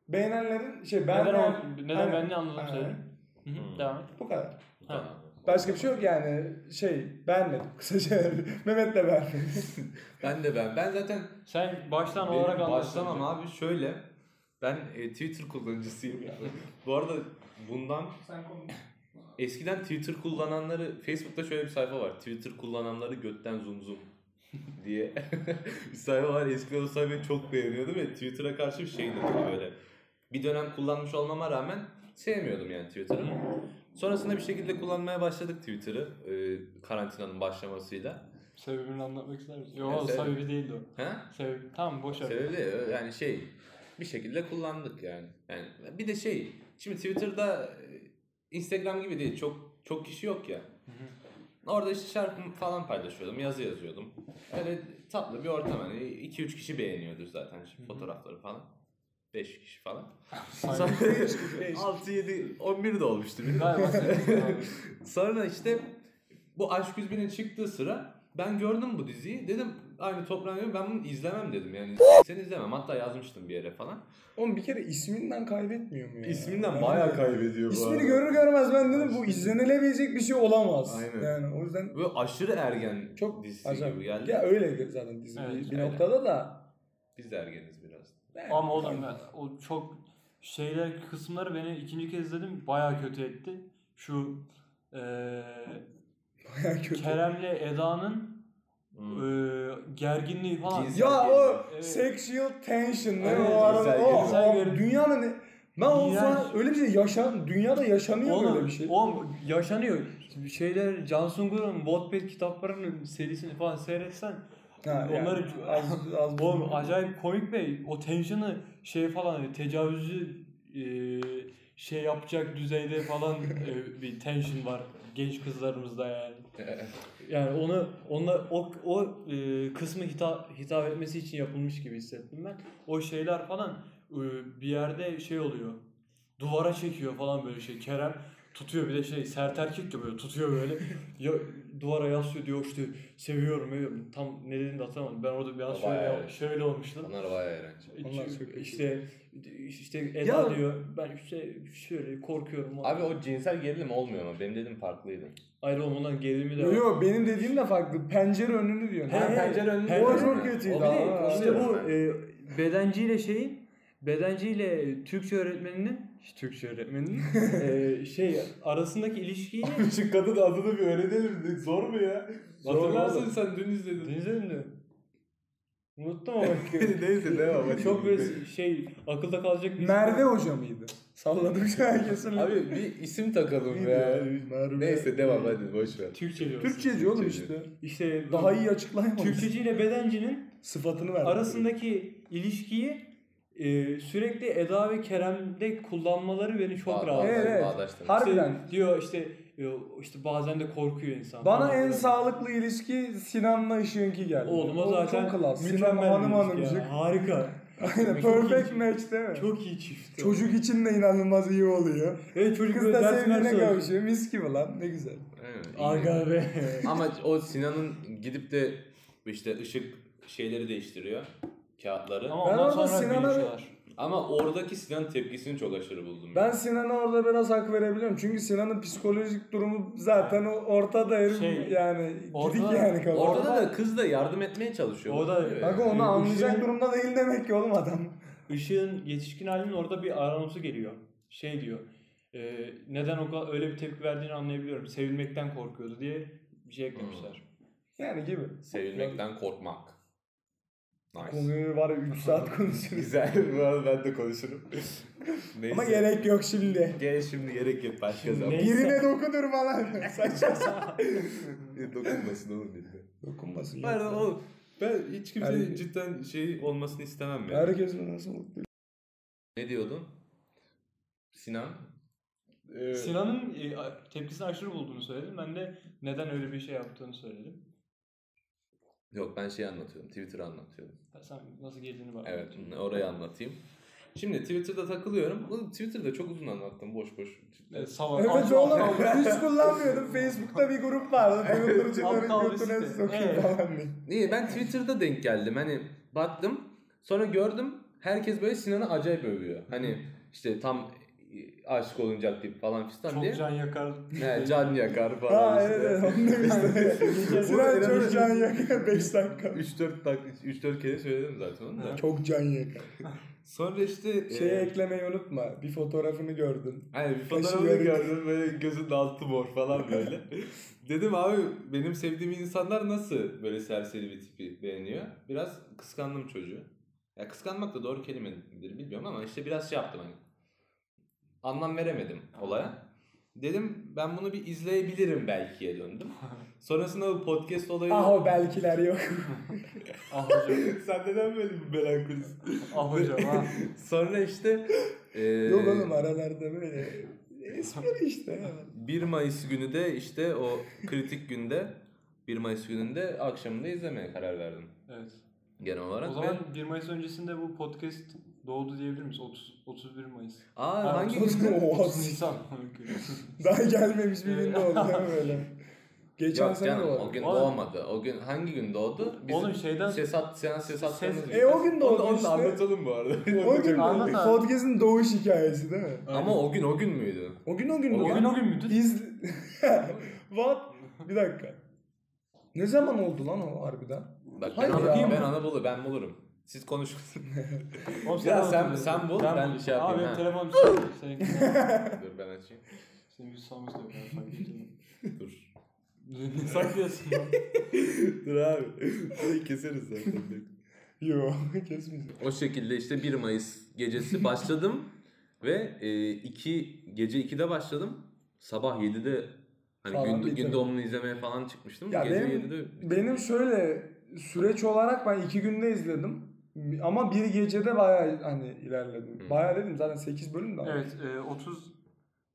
S1: Beğenenlerin şey
S2: Neden,
S1: beğenmeyen
S2: o-
S1: Aynen.
S2: neden ben ne anladım
S1: Aynen.
S2: söyle. Hı hı,
S3: Hmm.
S2: Devam et.
S1: bu kadar.
S3: Tamam.
S1: Başka bir şey yok yani şey beğenmedim *laughs* kısaca Mehmet de beğenmedi.
S3: Ben de ben. Ben zaten
S2: Sen baştan
S3: Benim
S2: olarak anlatsana.
S3: başlamam abi şöyle. Ben e, Twitter kullanıcısıyım *laughs* yani. Bu arada bundan eskiden Twitter kullananları Facebook'ta şöyle bir sayfa var. Twitter kullananları götten zum zum *laughs* diye *laughs* bir sayfa var. Eskiden o sayfayı çok beğeniyordum ve Twitter'a karşı bir şeydim böyle. Bir dönem kullanmış olmama rağmen sevmiyordum yani Twitter'ı. Sonrasında bir şekilde kullanmaya başladık Twitter'ı e, karantinanın başlamasıyla.
S2: Sebebini anlatmak ister misin?
S3: Evet,
S2: Yok
S3: evet.
S2: sebebi değildi o.
S3: He?
S2: Sebebi. Tamam boş ver.
S3: Sebebi de yani şey bir şekilde kullandık yani. Yani bir de şey şimdi Twitter'da e, Instagram gibi değil çok çok kişi yok ya. Orada işte şarkı falan paylaşıyordum, yazı yazıyordum. Öyle tatlı bir ortam hani 2-3 kişi beğeniyordur zaten işte
S2: hı.
S3: fotoğrafları falan. 5 kişi falan.
S2: Aynen.
S3: 6 7 11 de olmuştu. bilmiyorum.
S2: Galiba sebebi
S1: *laughs*
S2: abi.
S3: *laughs* Sonra işte bu Aşk 101'in çıktığı sıra ben gördüm bu diziyi. Dedim aynı toprağın gibi ben bunu izlemem dedim yani. Seni izlemem. Hatta yazmıştım bir yere falan.
S1: Oğlum bir kere isminden kaybetmiyor mu ya? Yani
S3: kaybediyor
S1: İsmini görür görmez ben dedim bu izlenilebilecek bir şey olamaz.
S3: Aynen.
S1: Yani o yüzden
S3: Böyle aşırı ergen
S1: Çok
S3: çok dizisi
S1: acayip.
S3: gibi geldi.
S1: ya öyle zaten dizi
S2: Evet,
S1: bir, bir
S3: öyle.
S1: noktada da.
S3: Biz de ergeniz biraz.
S2: Ama oğlum ben o çok şeyler kısımları beni ikinci kez izledim bayağı kötü etti. Şu eee
S1: *laughs* Bayağı kötü.
S2: Kerem'le Eda'nın
S3: Hmm.
S2: eee, gerginliği falan.
S3: Gizli-
S1: Ya o
S2: Evet.
S1: sexual tension ne
S3: Evet,
S1: o arada
S3: cinsel
S1: o,
S3: gerilim.
S1: o
S2: Cinsel
S1: dünyanın ne- ben olsa
S2: İğrenç.
S1: öyle bir şey yaşan dünyada yaşanıyor
S2: Oğlum,
S1: böyle bir şey.
S2: oğlum yaşanıyor. Şimdi Şeyler Can Sungur'un Wattpad kitaplarının serisini falan seyretsen
S1: Ha, yani
S2: onları
S1: az
S2: *laughs*
S1: az
S2: oğlum acayip komik be. O tension'ı şey falan tecavüzcü eee, şey yapacak düzeyde falan eee, bir tension var genç kızlarımızda yani. Yani onu onunla o o e, kısmı hitap hitap etmesi için yapılmış gibi hissettim ben. O şeyler falan e, bir yerde şey oluyor. Duvara çekiyor falan böyle şey. Kerem tutuyor bir de şey sert erkek de böyle tutuyor
S1: *laughs*
S2: böyle. ya, duvara yaslıyor diyor işte seviyorum. seviyorum. Tam ne dediğini de hatırlamadım. Ben orada biraz
S3: Bayağı
S2: şöyle
S3: evet.
S2: şöyle olmuştum.
S3: *laughs* Onlar bayağı eğlenceli.
S1: Onlar çok iyi.
S2: işte işte Eda
S1: Ya-
S2: diyor ben işte şöyle korkuyorum.
S3: Abi o cinsel gerilim olmuyor ama benim dedim farklıydı.
S2: ayrı olmadan gerilimi de var.
S1: Yok benim dediğim de farklı. Pencere önünü diyor.
S2: He,
S1: Ha,
S2: he.
S1: pencere
S3: önünde.
S2: Pencere
S1: O çok kötüydü
S3: O
S1: ama.
S3: bile-
S1: Aa,
S2: İşte bu
S3: anlıyorum
S2: e, bedenciyle şeyin bedenciyle Türkçe öğretmeninin Türkçe öğretmeninin *laughs* e, şey arasındaki ilişkiyi
S3: *laughs* Şu kadın adını bir öğrenelim. Zor mu ya?
S2: Zor oğlum.
S3: sen dün izledin.
S2: izledin mi? Unuttum *laughs* ama
S3: *laughs* Neyse devam hadi.
S2: çok böyle şey akılda kalacak bir şey
S1: Merve hoca mıydı? Salladım şu an kesin.
S3: Abi bir isim takalım
S1: İyiydi
S3: ya.
S1: ya, Merve.
S3: Neyse devam hadi boş ver.
S2: Türkçe diyorsun.
S1: Türkçeci oğlum
S3: Türkçeci.
S1: işte.
S2: İşte
S1: Daha iyi açıklayamadım.
S2: Türkçeciyle bedencinin
S1: sıfatını verdi.
S2: arasındaki ilişkiyi e, sürekli Eda ve Kerem'de kullanmaları beni çok
S3: Bağ-
S2: rahatsız
S1: Evet, evet.
S3: bağdaştırma.
S1: Har-
S2: İşte
S1: Harbiden.
S2: diyor işte e, işte bazen de korkuyor insan.
S1: Bana
S2: falan
S1: en
S2: filan.
S1: sağlıklı ilişki Sinan'la Işık'ınki geldi.
S2: Oğlum o
S1: O
S2: zaten
S1: çok klas. Sinan
S2: mükemmel
S1: hanım
S2: bir ilişki
S1: hanımcık.
S2: ya. Harika.
S1: Aynen
S2: Çok
S1: perfect
S2: iyi.
S1: match değil mi?
S2: Çok iyi çift.
S1: Çocuk için de inanılmaz iyi oluyor.
S2: Evet çocuk
S1: Kız
S2: böyle
S1: da
S2: ders
S1: sevdiğine
S2: mers alıyor.
S1: kavuşuyor. Mis gibi lan. Ne güzel.
S3: Evet, iyi.
S2: Aga be.
S3: Ama o Sinan'ın gidip de işte ışık şeyleri değiştiriyor.
S2: *laughs*
S3: Kağıtları.
S2: Ama
S3: Ama,
S1: Ben
S2: ondan
S1: orada
S2: sonra
S1: Sinan'a-
S2: görüşüyorlar.
S3: oradaki Sinan tepkisini çok aşırı buldum.
S1: Ben Sinan'a orada biraz hak verebiliyorum. Çünkü Sinan'ın psikolojik durumu zaten o ortada herif
S2: Şey,
S1: yani
S2: orada-
S1: gidik yani kafa.
S3: Orada,
S2: Orada-
S3: da kız da yardım etmeye çalışıyor. Ee,
S2: Orada-
S3: Evet.
S1: Bak onu
S2: Işığın-
S1: anlayacak durumda değil demek ki oğlum adam.
S2: Işığın yetişkin halinin orada bir aranosu geliyor. Şey diyor. e, neden o kadar öyle bir tepki verdiğini anlayabiliyorum. Sevilmekten korkuyordu diye bir şey eklemişler.
S1: Yani gibi.
S3: Sevilmekten korkmak. *laughs* Nice.
S1: Konuyu var 3 saat konuşuruz.
S3: Güzel. Bu arada ben
S1: *laughs*
S3: de konuşurum. Neyse.
S1: Ama gerek yok şimdi.
S3: Gel şimdi gerek yok başka
S2: Şimdi
S3: zaman.
S2: ne-
S1: Birine dokunur falan. *laughs* Saçma sapan.
S2: Hmm. *laughs*
S3: Dokunmasın oğlum dedi.
S1: Dokunmasın.
S3: Pardon oğlum. Ben hiç kimsenin
S1: Her-
S3: cidden şey olmasını istemem yani.
S1: Herkesin nasıl mutlu.
S3: Ne diyordun? Sinan?
S2: Ee, Sinan'ın e, a- tepkisini aşırı bulduğunu söyledim. Ben de neden öyle bir şey yaptığını söyledim.
S3: Yok ben şey anlatıyorum. Twitter anlatıyorum.
S2: Sen nasıl girdiğini bak.
S3: Evet orayı anlatayım. Şimdi Twitter'da takılıyorum. Oğlum Twitter'da çok uzun anlattım boş boş. Cidden.
S2: Evet, sabah.
S1: Evet
S2: altı-
S1: oğlum
S2: altı-
S1: hiç kullanmıyordum. Facebook'ta bir grup vardı. Twitter'ın
S2: Aptal
S1: götüne
S2: riskli.
S1: sokayım
S2: Evet.
S1: falan diye.
S3: İyi ben Twitter'da denk geldim. Hani baktım. Sonra gördüm. Herkes böyle Sinan'ı acayip övüyor. Hani işte tam e, aşık olunacak tip falan fistan diye.
S2: Çok can yakar.
S3: He, can yakar falan
S1: Ha
S3: işte.
S1: evet
S3: *laughs*
S1: evet onu demiştim. Sinan çok can yakar 5 dakika.
S3: 3-4 dakika 3-4 kere söyledim zaten onu da.
S1: Çok can yakar.
S3: Sonra işte
S1: Şeyi
S3: e,
S1: eklemeyi unutma. Bir fotoğrafını gördüm.
S3: Hani bir
S1: Kaşı
S3: fotoğrafını
S1: yarık.
S3: gördüm böyle gözün altı mor falan böyle. Dedim abi benim sevdiğim insanlar nasıl böyle serseri bir tipi beğeniyor? Biraz kıskandım çocuğu. Ya kıskanmak da doğru kelime midir bilmiyorum ama işte biraz şey yaptım hani. Anlam veremedim olaya. Dedim ben bunu bir izleyebilirim belkiye döndüm. Sonrasında bu podcast olayı...
S1: Ah o *laughs* belkiler yok.
S2: Ah hocam.
S3: Sen neden böyle bir melankolisin?
S2: Ah hocam
S3: *laughs*
S2: ha.
S3: Sonra işte... eee,
S1: Yok oğlum aralarda böyle. Espri işte.
S3: 1 Mayıs günü de işte o kritik günde 1 Mayıs gününde akşamında izlemeye karar verdim
S2: Evet.
S3: genel olarak.
S2: O
S3: Ve-
S2: zaman 1 Mayıs öncesinde bu podcast doğdu diyebilir miyiz? 30, 31
S1: *laughs*
S2: Mayıs.
S3: Aa
S2: Ha,
S3: hangi
S1: otuz
S3: *laughs* gün?
S1: gün. Oha.
S2: 30 Nisan. *laughs*
S1: Daha gelmemiş bir gün de oldu değil mi böyle? Geçen
S3: Yok
S1: sene de
S3: canım
S1: oldu.
S3: o gün
S2: Oğlum.
S3: doğmadı. O gün hangi gün doğdu? Bizim
S2: Oğlum şeyden
S3: sesat, seans sesatlarımız
S2: Ses-
S3: var.
S1: E o gün doğdu
S3: onu, onu
S1: işte.
S3: da anlatalım bu arada.
S1: O gün
S2: Anlat abi.
S1: podcast'in doğuş hikayesi değil mi?
S3: Ama o gün o gün müydü?
S1: O gün o gün
S2: o
S1: mü
S2: gün
S1: lan?
S2: o gün müydü?
S1: İz... *laughs* What? Bir dakika. Ne zaman oldu lan o harbiden?
S3: Bak
S1: Hayır
S3: ben,
S1: ya.
S3: Anadolu, ben Anadolu ben bulurum. Siz konuşun. *laughs*
S2: Oğlum
S3: Ya
S2: de
S3: sen-
S2: hatırlıyorsun.
S3: sen bul, ben
S2: bul.
S3: şey
S2: Abi
S3: yapayım,
S2: benim
S3: ha. *laughs*
S2: telefonum şey. Seninkinden.
S3: Dur ben açayım.
S2: Senin bir sorumuz da yok. Ben
S3: *laughs*
S2: fark ettim.
S3: Dur.
S2: Ne saklıyorsun lan?
S3: Dur abi. Burayı keseriz zaten.
S1: Yo *laughs* kesmeyeceğim.
S3: O şekilde işte 1 Mayıs
S1: *laughs*
S3: gecesi başladım ve e, iki gece 2'de başladım. Sabah 7'de hani
S1: Falan
S3: gün,
S1: bitirdim.
S3: gün doğumunu izlemeye falan çıkmıştım.
S1: Ya
S3: gece
S1: benim-
S3: 7'de bitirdim.
S1: Benim şöyle süreç olarak ben iki günde izledim. Ama bir gecede bayağı hani ilerledim.
S3: Hı.
S1: Bayağı dedim zaten 8 bölüm de. var.
S2: Evet e, 30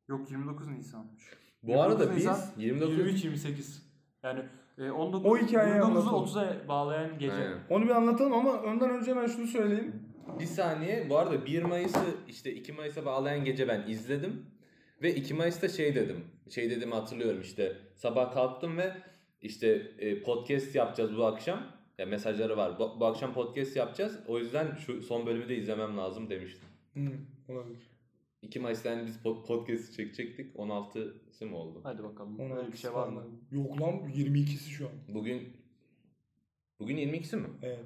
S2: yok 29 Nisan'mış.
S3: bu arada
S2: 29
S3: biz
S2: Nisan,
S3: 29
S2: 23 28. Yani e, 19
S1: O hikayeyi
S2: 29'u
S1: anlatalım.
S2: 30'a bağlayan gece.
S3: Aynen.
S1: Onu bir anlatalım ama ondan önce ben şunu söyleyeyim.
S3: Bir saniye. Bu arada 1 Mayıs'ı işte 2 Mayıs'a bağlayan gece ben izledim. Ve 2 Mayıs'ta şey dedim. Şey dediğimi hatırlıyorum işte. Sabah kalktım ve işte e, podcast yapacağız bu akşam. Ya mesajları var. Bu, bu akşam podcast yapacağız. O yüzden şu son bölümü de izlemem lazım demiştim.
S1: Hı, olabilir.
S3: 2 Mayıs'ta yani biz po- podcast'i çekecektik. 16'sı mı oldu?
S2: Hadi bakalım.
S1: Ona
S2: Öyle bir şey var mı?
S1: Yok lan 22'si şu an.
S3: Bugün bugün 22'si mi?
S1: Evet.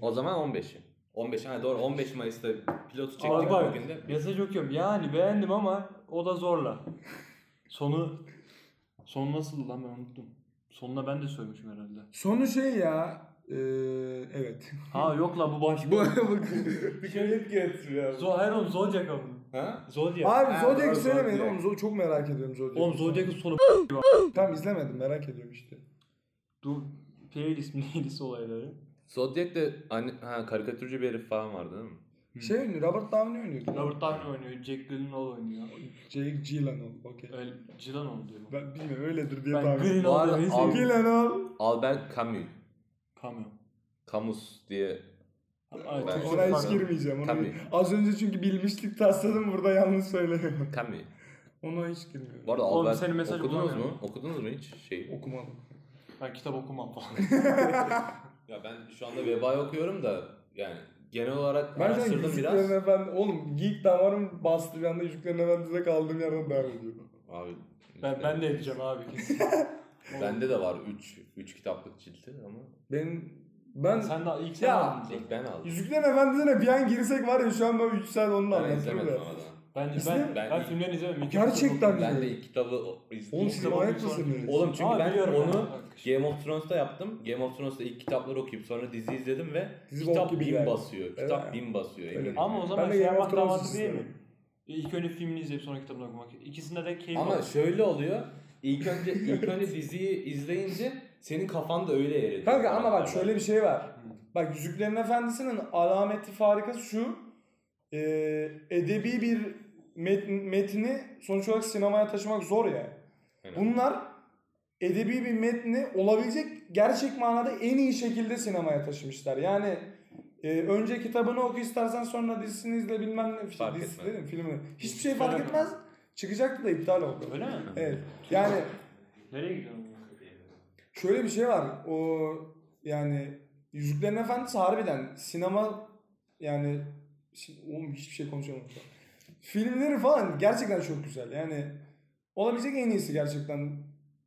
S3: O zaman 15'i. 15 ha doğru 15 Mayıs'ta pilotu çektik
S2: Abi bak
S3: bugün de.
S2: *laughs* mesaj okuyorum. Yani beğendim ama o da zorla. Sonu son nasıl lan ben unuttum. Sonuna ben de söylemişim herhalde.
S1: Sonu şey ya. eee, evet.
S2: Ha yok la bu başka.
S3: bir kere hep getiriyor.
S2: *laughs* Zo hayır oğlum Zodiac abi.
S3: Ha?
S2: Zodiac.
S1: Abi
S3: Ha,
S1: Zodiac'ı
S3: doğru,
S1: söylemeyin
S3: Zodiac.
S1: oğlum. Zo- çok merak ediyorum Zodiac'ı.
S2: Oğlum Zodiac'ın
S1: *laughs*
S2: sonu *laughs*
S1: Tam izlemedim merak ediyorum işte.
S2: Dur. Playlist playlist olayları.
S3: Zodiac'te anne, hani, ha, karikatürcü bir herif falan vardı değil mi?
S1: Şey oynuyor, Robert Downey oynuyor.
S2: Robert Downey oynuyor. Jack Gyllenhaal oynuyor.
S1: Jake Gyllenhaal, okey.
S2: El Gyllenhaal diyor. bu.
S1: Ben bilmiyorum öyledir diye
S2: Ben
S1: tahmin ediyorum.
S3: Bu
S2: Gyllenhaal
S3: arada
S2: demeyi
S3: al-
S2: seviyorum.
S1: Gyllenhaal.
S3: Albert Camus.
S2: Kamyon.
S3: Camus diye.
S2: Ay,
S3: Ben-
S2: Türkçe
S1: Ona
S3: Gyllenhaal.
S1: hiç
S2: pardon.
S1: girmeyeceğim. Ona
S3: Tabii.
S1: Az önce çünkü bilmişlik tasladım burada yanlış söylemiyorum. *laughs*
S3: Camus.
S1: Ona hiç girmiyorum.
S3: Bu arada
S2: Oğlum,
S3: Albert
S2: senin mesajı
S3: okudunuz mu?
S2: bulamıyorum.
S3: Okudunuz mu hiç şey?
S1: Okumadım.
S2: Ben kitap okumam falan.
S3: Ya ben şu anda vebayı okuyorum da yani genel olarak
S1: Ben zaten
S3: araştırdım biraz.
S1: Yüzüklerin Efendi... Oğlum geek damarım bastı bir anda Yüzüklerin Efendisi'de kaldığım yerden devam ediyorum.
S3: Abi
S2: Ben, ben de edeceğim abi
S3: *laughs*
S2: kesin.
S3: Bende de var 3 3 kitaplık cilti ama
S1: Benim... Ben...
S2: Sen de ilk sen
S1: Ya.
S2: aldın zaten.
S3: ilk ben aldım.
S1: Yüzüklerin Efendisi'ne bir an girsek var ya şu an böyle 3 saat onunla
S3: Ben
S1: anlatırım
S3: izlemedim
S1: da.
S3: ama da.
S2: Ben, ben,
S1: İzle-
S2: ben,
S3: Ben-
S2: filmleri izlemem. İlk
S1: Gerçekten
S2: kitap
S1: mi?
S3: Ben de ilk kitabı o- izledim.
S1: şey. Oğlum siz
S2: Kitap
S1: manyak
S2: okuyup sonra-
S1: mısınız?
S3: Oğlum
S2: okudum.
S3: çünkü
S2: Aa,
S3: ben
S2: biliyorum
S3: onu
S2: ben.
S3: Game of Thrones'ta yaptım. Game of Thrones'ta ilk kitapları okuyup sonra dizi izledim ve
S1: Dizi bok
S3: kitap
S1: gibi
S3: bin
S1: geldi.
S3: basıyor. Kitap
S1: Evet.
S3: bin basıyor.
S1: Öyle.
S3: eminim.
S2: Ama o zaman
S1: Ben de
S2: şey
S1: Game of
S2: yapmak
S1: Thrones'u
S2: damatı değil mi?
S1: izledim.
S2: E, İlk önce filmini izleyip sonra kitabını okumak. İkisinde de keyif
S3: Ama
S2: alıyorsun.
S3: şöyle oluyor. İlk önce ilk önce diziyi izleyince senin kafan da öyle yer ediyor.
S1: Kanka ama bak şöyle bir şey var.
S2: Hı.
S1: Bak Yüzüklerin Efendisi'nin alameti farikası şu. e, edebi bir met- metni sonuç olarak sinemaya taşımak zor ya.
S3: Aynen.
S1: Bunlar edebi bir metni olabilecek gerçek manada en iyi şekilde sinemaya taşımışlar. Yani e, önce kitabını oku istersen sonra dizisini izle bilmem ne. Şey,
S3: Fark
S1: dizisi
S3: etmez.
S1: dedim filmini. Hiçbir şey fark
S2: Öyle mi?
S1: etmez. Çıkacaktı da iptal oldu.
S2: Öyle mi?
S1: Evet. Yani
S2: Nereye gidiyorsun?
S1: Şöyle bir şey var. O yani Yüzüklerin Efendisi harbiden sinema yani şi- oğlum hiçbir şey konuşamadım. şu an. Filmleri falan gerçekten çok güzel. Yani olabilecek en iyisi gerçekten.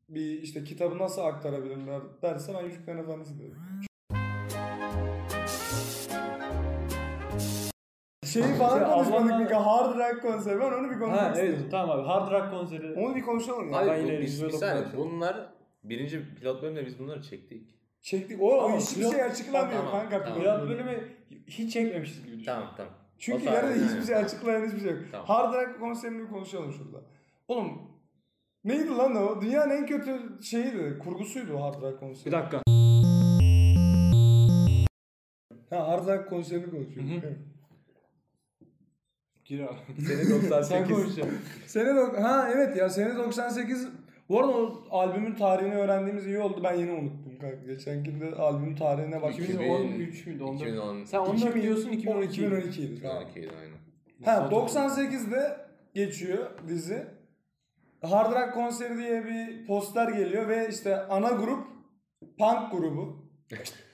S1: Bir işte kitabı nasıl aktarabilirler derse ben Yüzüklerin Efendisi derim. Şeyi falan
S2: Ya
S1: konuşmadık
S2: Allah'ın-
S1: bir hard rock konseri. Ben onu bir konuşmak
S2: Şey, Ha
S1: istedim.
S2: evet tamam abi Hard Rock konseri.
S1: Onu bir konuşalım ya.
S3: Hayır,
S2: Ben
S3: bu-
S2: yine
S3: bir- bir
S2: Rizzo'da
S3: saniye.
S2: konuşalım.
S3: Bunlar birinci pilot bölümde biz bunları çektik.
S1: Çektik. O, o
S2: Tamam,
S1: hiçbir
S2: pilot-
S1: şey açıklanmıyor
S3: Tamam,
S1: kanka.
S3: tamam.
S1: pilot
S2: Pilot bölümü hiç çekmemişiz gibi düşün.
S3: Tamam tamam.
S1: Çünkü
S3: O tarih-
S1: ileride hiçbir şey açıklayan hiçbir şey yok.
S3: Tamam.
S1: Hard Rock konserini konuşalım şurada. Oğlum neydi lan o? Dünyanın en kötü şeyiydi. Kurgusuydu o Hard Rock konseri.
S2: Bir dakika.
S1: Ha Hard Rock konserini konuşuyoruz.
S2: Hı hı. Gir abi.
S3: Sene 98.
S2: Sen konuşacaksın.
S1: sene dok- ha evet ya sene 98 bu arada o albümün tarihini öğrendiğimiz iyi oldu. Ben yeni unuttum kanka. Geçenkinde albümün tarihine bak.
S2: 2013 müydü? 14
S3: 2010.
S2: Sen 14 diyorsun 2012.
S1: 2012 ydi, tamam.
S3: 2012 'ydi aynen.
S1: Ha 98'de geçiyor dizi. Hard Rock konseri diye bir poster geliyor ve işte ana grup punk grubu.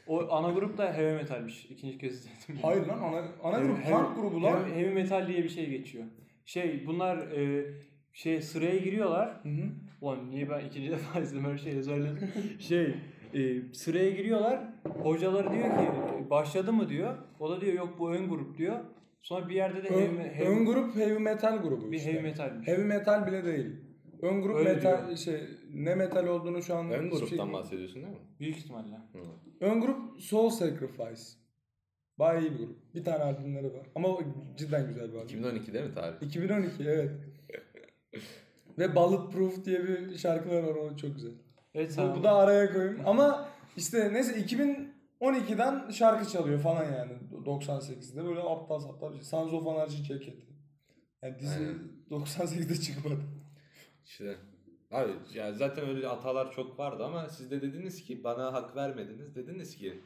S2: O ana grup da heavy metalmiş. İkinci kez izledim.
S1: Hayır lan ana, ana
S2: Heavy-
S1: grup
S2: heavy-
S1: punk grubu lan.
S2: Heavy, heavy metal diye bir şey geçiyor. Şey bunlar e, şey sıraya giriyorlar.
S1: Hı hı.
S2: Ulan niye ben ikinci *laughs* defa izledim her şeyi
S1: *laughs*
S2: ezberledim. Şey e, sıraya giriyorlar. Hocaları diyor ki başladı mı diyor. O da diyor yok bu ön grup diyor. Sonra bir yerde de
S1: Ön,
S2: heavy, heavy,
S1: ön grup heavy metal grubu
S2: bir
S1: işte.
S2: heavy metalmiş.
S1: Heavy metal bile değil. Ön grup
S2: Öyle
S1: metal
S2: diyor.
S1: şey ne metal olduğunu şu an
S3: Ön
S1: hiçbir şey-
S3: gruptan bahsediyorsun değil mi?
S2: Büyük ihtimalle.
S3: Hı.
S1: Ön grup Soul Sacrifice. Bayağı iyi bir grup. Bir tane albümleri var. Ama o cidden güzel bir albüm.
S3: 2012 değil mi tarih?
S1: 2012 evet. Ve Bulletproof diye bir şarkılar var o çok güzel.
S2: Evet sen
S1: Bu, bu da araya koyayım. Ama işte neyse 2012'den şarkı çalıyor falan yani 98'de böyle aptal saptal bir şey. Sons of Anarchy ceketi. Yani dizi
S3: Aynen.
S1: 98'de çıkmadı.
S3: İşte. Abi yani zaten öyle hatalar çok vardı ama siz de dediniz ki bana hak vermediniz. Dediniz ki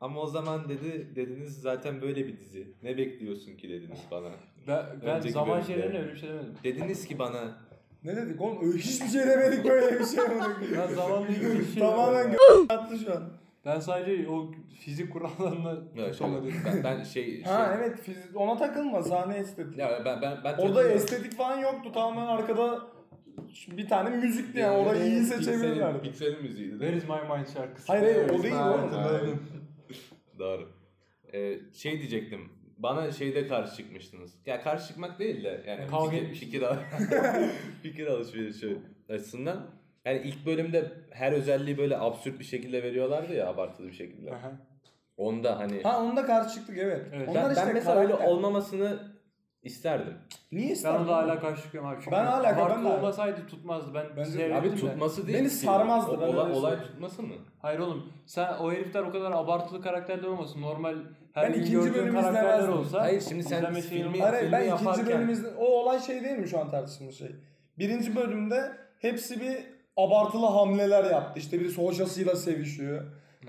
S3: ama o zaman dedi dediniz zaten böyle bir dizi. Ne bekliyorsun ki dediniz bana.
S2: ben, ben
S3: Önceki
S2: zaman
S3: bölümde.
S2: şeylerine öyle bir şey demedim.
S3: Dediniz ki bana
S1: Ne dedik oğlum? Öyle Hiçbir şey demedik böyle bir şey yapmadık. *laughs*
S2: Ben zamanla ilgili bir şey
S1: Tamamen gö- attı şu an.
S2: Ben sadece o fizik kurallarına
S3: Evet,
S2: takılmadım.
S3: ben, ben şey,
S1: Ha
S3: şey-
S1: evet fiz- ona takılma sahne estetiği.
S3: ya ben ben ben
S1: Orada
S3: takılmıyorum.
S1: estetik falan yoktu tamamen arkada bir tane müzikti yani orayı iyi
S3: Pixel'in-
S1: seçebilirlerdi.
S3: Pixel'in müziğiydi.
S2: Where
S3: değil mi?
S2: is my mind şarkısı.
S1: Hayır, hayır, o
S2: Where is
S1: değil
S2: my
S1: oğlum.
S2: mind?
S3: Aynen. Doğru. Ee, şey diyecektim. Bana şeyde karşı çıkmıştınız. Ya karşı çıkmak değil de yani
S2: Kavga
S3: fikir,
S2: etmiştiniz.
S3: fikir, al *laughs* fikir alışverişi açısından. Yani ilk bölümde her özelliği böyle absürt bir şekilde veriyorlardı ya abartılı bir şekilde.
S2: Aha.
S3: Onda hani
S1: Ha onda karşı çıktık evet.
S2: Evet,
S3: ben,
S1: Onlar işte
S3: ben mesela öyle
S1: karakter.
S3: olmamasını isterdim.
S1: Niye
S2: Ben
S1: isterdin?
S2: ona hala karşı çıkıyorum abi. Çünkü
S1: Ben hala- ben
S2: Bartu
S1: de-
S2: olmasaydı tutmazdı. Ben
S1: Bence-
S2: seyrettim
S3: Abi
S2: de.
S3: tutması değil.
S1: Beni
S3: ki.
S1: sarmazdı,
S3: O-
S1: ben
S3: olay,
S1: öyle
S3: olay
S1: söyleyeyim.
S3: tutması mı?
S2: Hayır oğlum. Sen o herifler o kadar abartılı karakterler olmasın. Normal her
S1: Ben
S2: gün
S1: ikinci
S2: gördüğün
S1: bölümü
S2: karakterler
S1: izlemezdim.
S2: olsa.
S3: Hayır, şimdi sen
S2: izleme şeyin
S3: filmi-
S2: olmaz.
S1: Hayır, ben ikinci
S2: yaparken-
S1: bölümümüzde o olay şey değil mi şu an tartıştığımız şey? Birinci bölümde hepsi bir abartılı hamleler yaptı. İşte birisi hocasıyla sevişiyor.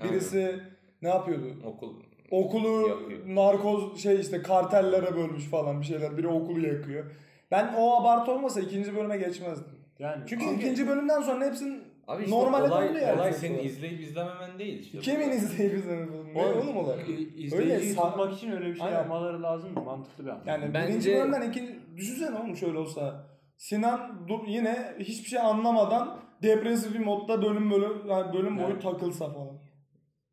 S1: Birisi ne yapıyordu?
S3: Okul
S1: Okulu
S3: Yakıyor.
S1: narkoz şey işte kartellere bölmüş falan bir şeyler. Biri okulu yakıyor. Ben o abartı olmasa ikinci bölüme geçmezdim.
S2: Yani.
S1: Çünkü
S2: Abi,
S1: ikinci bölümden sonra hepsinin
S3: Abi işte
S1: normale
S3: olay,
S1: döndü yani.
S3: olay senin izleyip izlememen değil işte.
S1: Kimin
S2: şey
S1: izleyip izlemedi? Ne oğlum olay?
S2: i- izleyiciyi
S1: Öyle sa-
S2: tutmak için öyle bir şey
S1: Aynen.
S2: yapmaları lazım mı? Mantıklı bir hamle.
S1: Yani
S3: Bence-
S1: birinci bölümden ikinci... Düşünsene oğlum şöyle olsa. Sinan dur yine hiçbir şey anlamadan depresif bir modda bölüm bölüm yani bölüm boyu
S2: Evet.
S1: takılsa falan.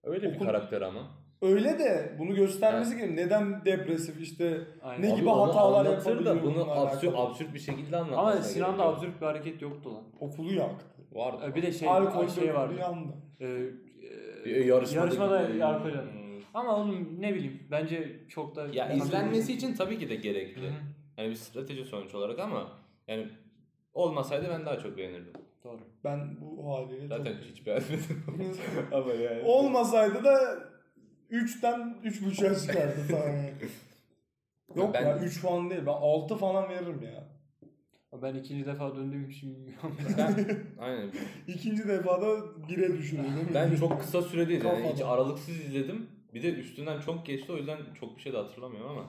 S3: Öyle bir
S1: Okul-
S3: karakter ama.
S1: Öyle de bunu göstermesi gibi neden depresif işte
S2: Aynen.
S1: Ne
S3: Abi
S1: gibi
S3: onu
S1: hatalar
S3: anlatır da
S1: yapabiliyor
S3: bunu
S1: bununla
S3: absürt,
S1: alakalı?
S3: absürt bir şekilde anlatması
S2: Ama Sinan'da absürt bir hareket yoktu lan.
S1: okulu yaktı.
S3: Var.
S2: Ee, Bir de şey,
S1: Alkol
S2: şey vardı.
S1: Yandı.
S2: Ee, e,
S3: yarışmada,
S2: yarışmada alkol yandı. Ama oğlum ne bileyim bence çok da...
S3: Ya
S2: Tabii-
S3: izlenmesi için tabii ki de gerekli.
S2: Hı hı.
S3: Yani bir strateji sonuç olarak ama yani olmasaydı ben daha çok beğenirdim.
S2: Doğru.
S1: Ben bu haliyle
S3: Zaten
S1: çok- *laughs*
S3: hiç beğenmedim. *laughs* Ama yani.
S1: Olmasaydı da 3'ten 3.5'a çıkardı falan.
S3: *laughs*
S1: Yok
S3: Ben-
S1: ya 3 falan değil. Ben 6 falan veririm ya.
S2: Ama Ben ikinci defa döndüğüm için *laughs* bilmiyorum.
S3: Ben, aynen.
S1: İkinci defada 1'e düşürdü değil mi?
S3: Ben çok kısa sürede izledim. Yani hiç
S1: Kafada.
S3: aralıksız izledim. Bir de üstünden çok geçti o yüzden çok bir şey de hatırlamıyorum ama.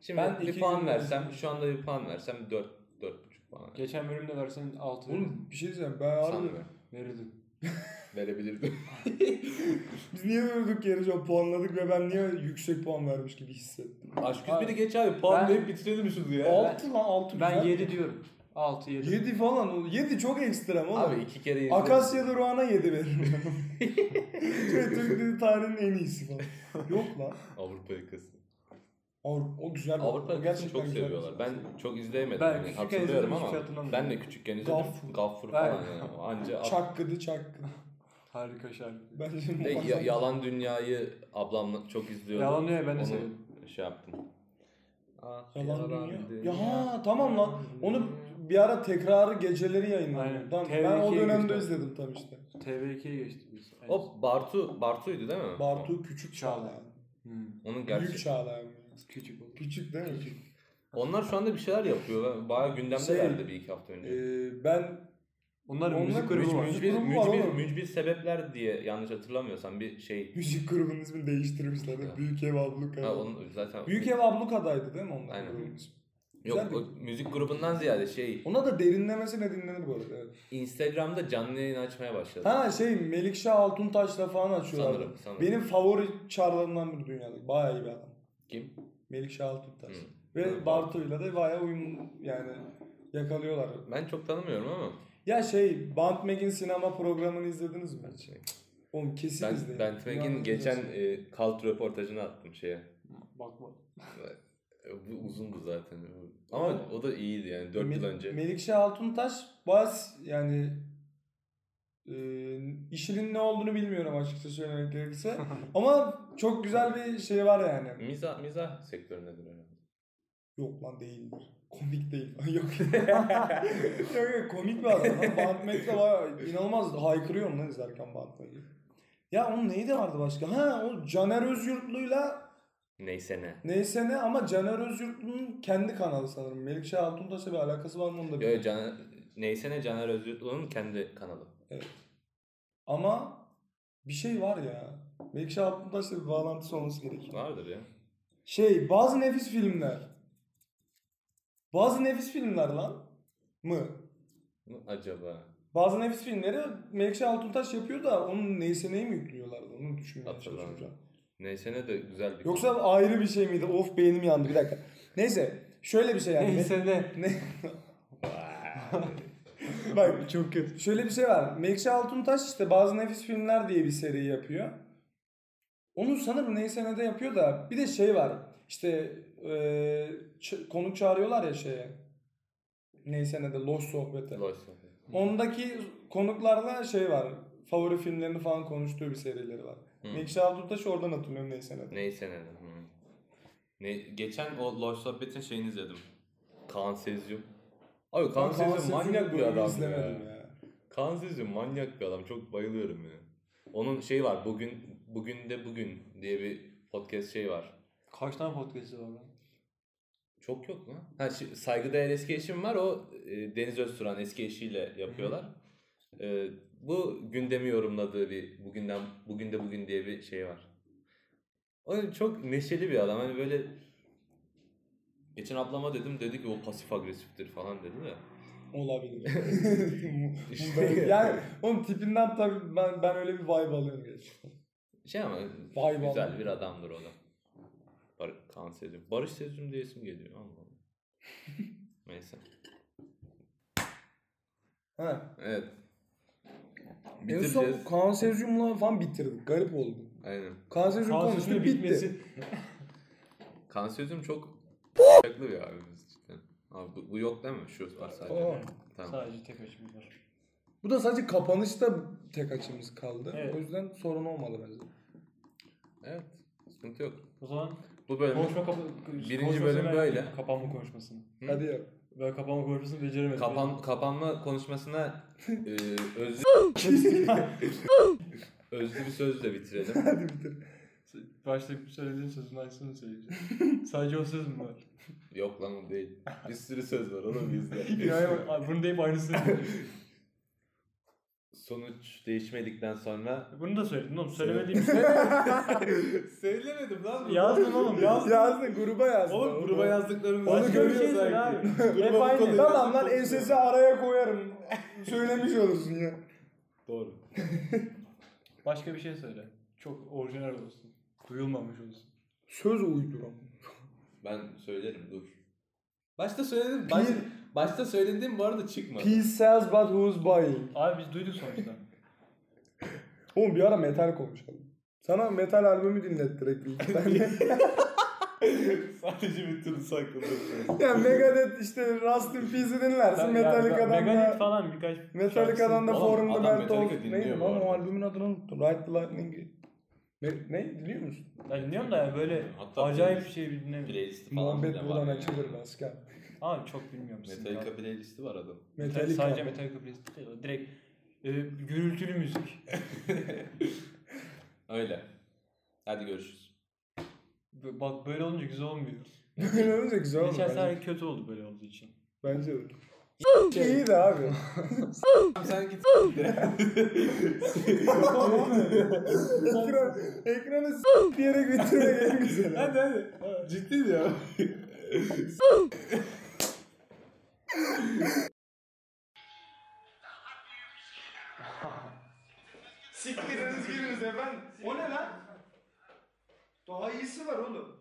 S3: Şimdi
S1: Ben
S3: bir
S1: iki
S3: puan
S1: gün-
S3: versem, şu anda bir puan versem 4 4,5 puan.
S2: Geçen bölümde versen 6
S1: Oğlum bir şey diyeceğim. Ben harbi...
S3: Sanmıyorum.
S2: verirdim.
S3: Verebilirdim.
S1: Biz niye durduk yere çok puanladık ve ben niye yüksek puan vermiş gibi hissettim.
S3: Aşk
S2: Abi,
S3: 101'i geç abi.
S2: ben-
S3: Puan verip bitirelim şunu ya.
S2: Al.
S1: 6 lan 6
S2: Ben
S3: şey.
S2: 7 diyorum. 6 7.
S1: 7 falan. 7 çok ekstrem oğlum.
S3: Abi iki kere izledim.
S1: Akasya'da Ruan'a 7 veririm. Şey, Türk dili tarihinin en iyisi falan. Yok lan.
S3: Avrupa yakası.
S1: Avru- o güzel. bir-
S3: Avrupa
S1: o
S3: yakasını çok
S1: güzel bir- şey
S3: seviyorlar. Ben çok izleyemedim.
S2: Ben
S3: yani,
S2: küçükken
S3: hatırlıyorum
S2: izledim, hiçbir şey
S3: ama.
S2: hatırlamıyorum.
S3: Ben de küçükken izledim.
S1: Gaffur.
S3: Gaffur
S2: Ben-
S3: falan yani. Anca
S1: Çakkıdı çakkıdı.
S2: Harika şarkı.
S1: Bence
S3: De,
S1: muazzam.
S3: ya- yalan dünyayı ablamla çok izliyordum.
S2: Yalan Dünya'yı ben de
S3: Onu
S2: seviyorum.
S3: Şey yaptım.
S1: Ah, Yalan dünya. Ya ha, tamam lan. Onu bir ara tekrarı geceleri yayınlanıyor.
S2: Aynen.
S1: Tamam,
S2: TV2'ye
S1: ben o dönemde
S2: geçti.
S1: izledim tam işte.
S2: TV2'ye geçtik biz. En son.
S3: O Bartu, Bartu'ydu değil mi?
S1: Bartu Küçük
S2: Çağlayan.
S1: Çağlayan.
S2: Hmm.
S3: Onun
S1: Büyük
S3: gerçek.
S1: Çağlayan.
S2: Küçük oldu.
S1: Küçük değil mi?
S3: Onlar şu anda bir şeyler yapıyor. Bayağı gündemdelerdi
S1: Şey,
S3: bir iki hafta önce.
S1: Ee, ben
S2: Onlar
S1: Onlar
S2: müzik grubu
S1: müzik-
S2: var.
S1: müzik-
S3: mücbir,
S1: grubu var
S3: mücbir,
S1: oğlum.
S3: mücbir sebepler diye yanlış hatırlamıyorsam bir şey.
S1: müzik grubunun ismini değiştirmişler.
S3: Ya.
S1: Büyük Ev Abluka.
S3: Ha, onun zaten
S1: Büyük Ev Abluka'daydı değil mi onlar?
S3: Aynen.
S1: grubun ismi?
S3: Yok
S1: Güzel
S3: o müzik grubundan ziyade şey
S1: Ona da derinlemesine dinlenir bu arada. evet.
S3: Instagram'da canlı yayın açmaya başladı.
S1: Ha şey Melikşah Altuntaş'la falan açıyorlar.
S3: sanırım, sanırım.
S1: Benim favori çarlarından biri dünyada. Bayağı iyi bir adam.
S3: Kim?
S1: Melikşah Altuntaş.
S3: Hı.
S1: Ve
S3: Evet.
S1: Bartu'yla da bayağı uyum yani yakalıyorlar.
S3: Ben çok tanımıyorum ama.
S1: Ya şey Band Mag'in sinema programını izlediniz mi?
S3: Şey,
S1: Oğlum kesin
S3: Ben
S1: izleyin.
S3: Bent Meg'in
S1: İnanılmaz
S3: geçen
S1: izleyin.
S3: e, kalt röportajını attım şeye.
S2: Bakma.
S3: E, Bu uzundu zaten. Ama o da iyiydi yani 4 yıl
S1: Me-
S3: önce.
S1: Melikşah Altuntaş baz yani e, işinin ne olduğunu bilmiyorum açıkça söylemek
S3: *laughs*
S1: gerekirse. Ama çok güzel bir şey var yani.
S3: mizah, mizah sektöründedir herhalde.
S1: Yok lan değildir. Komik değil. *laughs* yok. yok yok komik bir adam. lan. Band Mag'de bayağı inanılmaz haykırıyorum lan izlerken Band Mag'i. Ya onun neydi vardı başka? Ha o Caner Özyurtlu'yla
S3: Neyse ne.
S1: Neyse ne ama Caner Özyurtlu'nun kendi kanalı sanırım. Melikşah Altuntaş'la bir alakası var mı onu da bilmiyorum.
S3: Yo, Caner, neyse ne Caner Özgürtlu'nun kendi kanalı.
S1: Ama bir şey var ya. Melikşah Altuntaş'la bir bağlantısı olması gerekiyor.
S3: Vardır ya.
S1: Şey bazı nefis filmler. Bazı nefis filmler lan. Mı?
S3: Mı Acaba.
S1: Bazı nefis filmleri Melikşah Altuntaş yapıyor da onun neyse neyi mi yüklüyorlardı onu düşünmeye
S3: Hatırlamıyorum.
S1: çalışıyorum.
S3: Neyse ne de güzel bir
S1: Yoksa ayrı bir şey miydi? Of beynim yandı bir dakika. Neyse şöyle bir şey yani.
S2: Neyse ne.
S1: Ne? *laughs*
S3: Vay.
S1: Bak çok kötü. Şöyle bir şey var. Melike Altuntaş işte bazı nefis filmler diye bir seri yapıyor. Onu sanırım neyse ne de yapıyor da bir de şey var. İşte eee, ç- konuk çağırıyorlar ya şeye. Neyse ne de loş sohbete.
S3: Loş.
S1: Ondaki konuklarla şey var. Favori filmlerini falan konuştuğu bir serileri var.
S3: Hı.
S1: Melike Altuntaş oradan hatırlıyorum neyse ne de.
S3: Neyse ne. de. Hı. Ne, geçen o Loş Sohbet'in şeyini izledim. Kaan Sezyum. Abi Kaan
S1: Ben Kaan
S3: Sezyum
S1: Sezyum'u
S3: manyak bir
S1: böyle
S3: adam ya.
S1: izlemedim ya.
S3: Kaan Sezyum manyak bir adam. Çok bayılıyorum ya. Onun şeyi var. Bugün bugün de bugün diye bir podcast şey var.
S2: Kaç tane podcast'i var lan?
S3: Çok yok mu? Ha şi- saygıdeğer eski eşim var. O e, Deniz Özturan eski eşiyle yapıyorlar. E, bu gündemi yorumladığı bir bugünden bugün de bugün diye bir şey var. O çok neşeli bir adam. Hani böyle geçen ablama dedim dedi ki o pasif agresiftir falan dedi de.
S1: Olabilir.
S3: *laughs*
S1: *laughs*
S3: İşte-
S1: yani onun tipinden tabii ben, ben öyle bir vibe alıyorum gerçekten.
S3: Şey ama
S1: Vay be.
S3: güzel bir adamdır o da. Bar Kaan Sezgin. Barış Sezgin diye isim geliyor. Allah
S1: *laughs*
S3: Allah. Neyse.
S1: Ha.
S3: Evet.
S1: En
S3: Bitireceğiz.
S1: son Kaan Sezyum'la falan bitirdik. Garip oldu.
S3: Aynen.
S1: Kaan Sezyum konuştu bitti.
S2: bitmesi.
S3: Kan sözüm çok yaklı bir abimiz cidden. Abi bu, bu yok değil mi? Şu var sadece.
S1: Oo.
S3: Tamam.
S2: Sadece tek açım var.
S1: Bu da sadece kapanışta tek açımız kaldı.
S2: Evet.
S1: O yüzden sorun olmadı bence.
S3: Evet. Sıkıntı yok.
S2: O zaman
S3: Bu bölüm
S2: konuşma kapa-
S3: Birinci
S2: konuşmasını
S3: bölüm
S2: ben
S3: böyle.
S2: yapayım, Kapanma konuşmasını.
S3: Hı.
S1: Hadi ya.
S2: Ben kapanma konuşmasını beceremedim. *laughs*
S3: Kapan, kapanma konuşmasına e, özlü, özlü bir sözle bitirelim.
S1: Hadi bitir.
S2: Başta söylediğin sözün aynısını söyleyeceğim. Sadece o söz mü var?
S3: Yok lan o değil. Bir sürü söz var
S2: *laughs*
S3: oğlum bizde.
S2: ya, ya, bunu deyip aynısını söyleyeceğim.
S3: Sonuç
S2: *laughs*
S3: değişmedikten sonra...
S2: Bunu da söyledin oğlum. Söylemediğim şey.
S3: Söylemedim lan.
S2: Yazdım oğlum. Yazdım.
S1: Yazdın gruba yazdın.
S3: Oğlum gruba yazdıklarımızı
S2: Onu
S3: görüyoruz
S2: göreceksin
S3: sanki.
S2: şey abi. Hep
S3: Gruba bu
S2: aynı.
S3: konuyu-
S1: Tamam lan ensesi araya koyarım. Söylemiş olursun ya.
S3: Doğru.
S2: Başka bir şey söyle. Çok orijinal olsun. Duyulmamış olsun.
S1: Söz uyduram.
S3: Ben söylerim dur. Başta söyledim. baş- başta söylediğim bu arada çıkmadı.
S1: Peace sells but who's buying?
S2: Abi biz duyduk sonuçta.
S1: Oğlum bir ara metal konuşalım. Sana metal albümü dinlettirek bir iki tane.
S3: *laughs*
S1: *laughs*
S3: Sadece bir türlü sakladım.
S1: ya Megadeth işte Rust in Peace'i dinlersin.
S2: Ya,
S1: Metallica'dan
S2: Megadeth
S1: da...
S2: falan birkaç
S1: Metallica'dan da
S3: Oğlum,
S1: Forum the Belt
S3: adam Metallica
S1: of...
S3: dinliyor
S1: Neydi
S3: bu
S1: lan o
S3: arada.
S1: albümün adını unuttum. Ride the Lightning'i. Ne, ne biliyor musun?
S2: Ya dinliyorum da yani böyle
S3: Hatta
S2: acayip bir
S3: playlist-
S2: şey dinlemiyorum.
S3: Playlisti falan
S1: Muhabbet
S3: bile
S1: buradan
S3: var.
S1: açılır başka.
S2: Ama çok bilmiyorum.
S3: Metallica playlisti var adam.
S2: Metallica.
S1: Metallica.
S2: Sadece Metallica playlist değil. o Direkt e, gürültülü müzik.
S3: Öyle. Hadi görüşürüz.
S2: B- Bak böyle olunca güzel olmuyor.
S1: Böyle olunca güzel olur.
S2: Geçen
S1: Bence,
S2: sefer kötü oldu böyle olduğu için.
S1: bence de. İyi de abi.
S3: Sen git.
S1: Ekran, ekranı s- diyerek bitirmek en güzel.
S3: hadi hadi. Ciddi ya.
S1: Siktiriniz giriniz efendim. O ne lan? Daha iyisi var oğlum.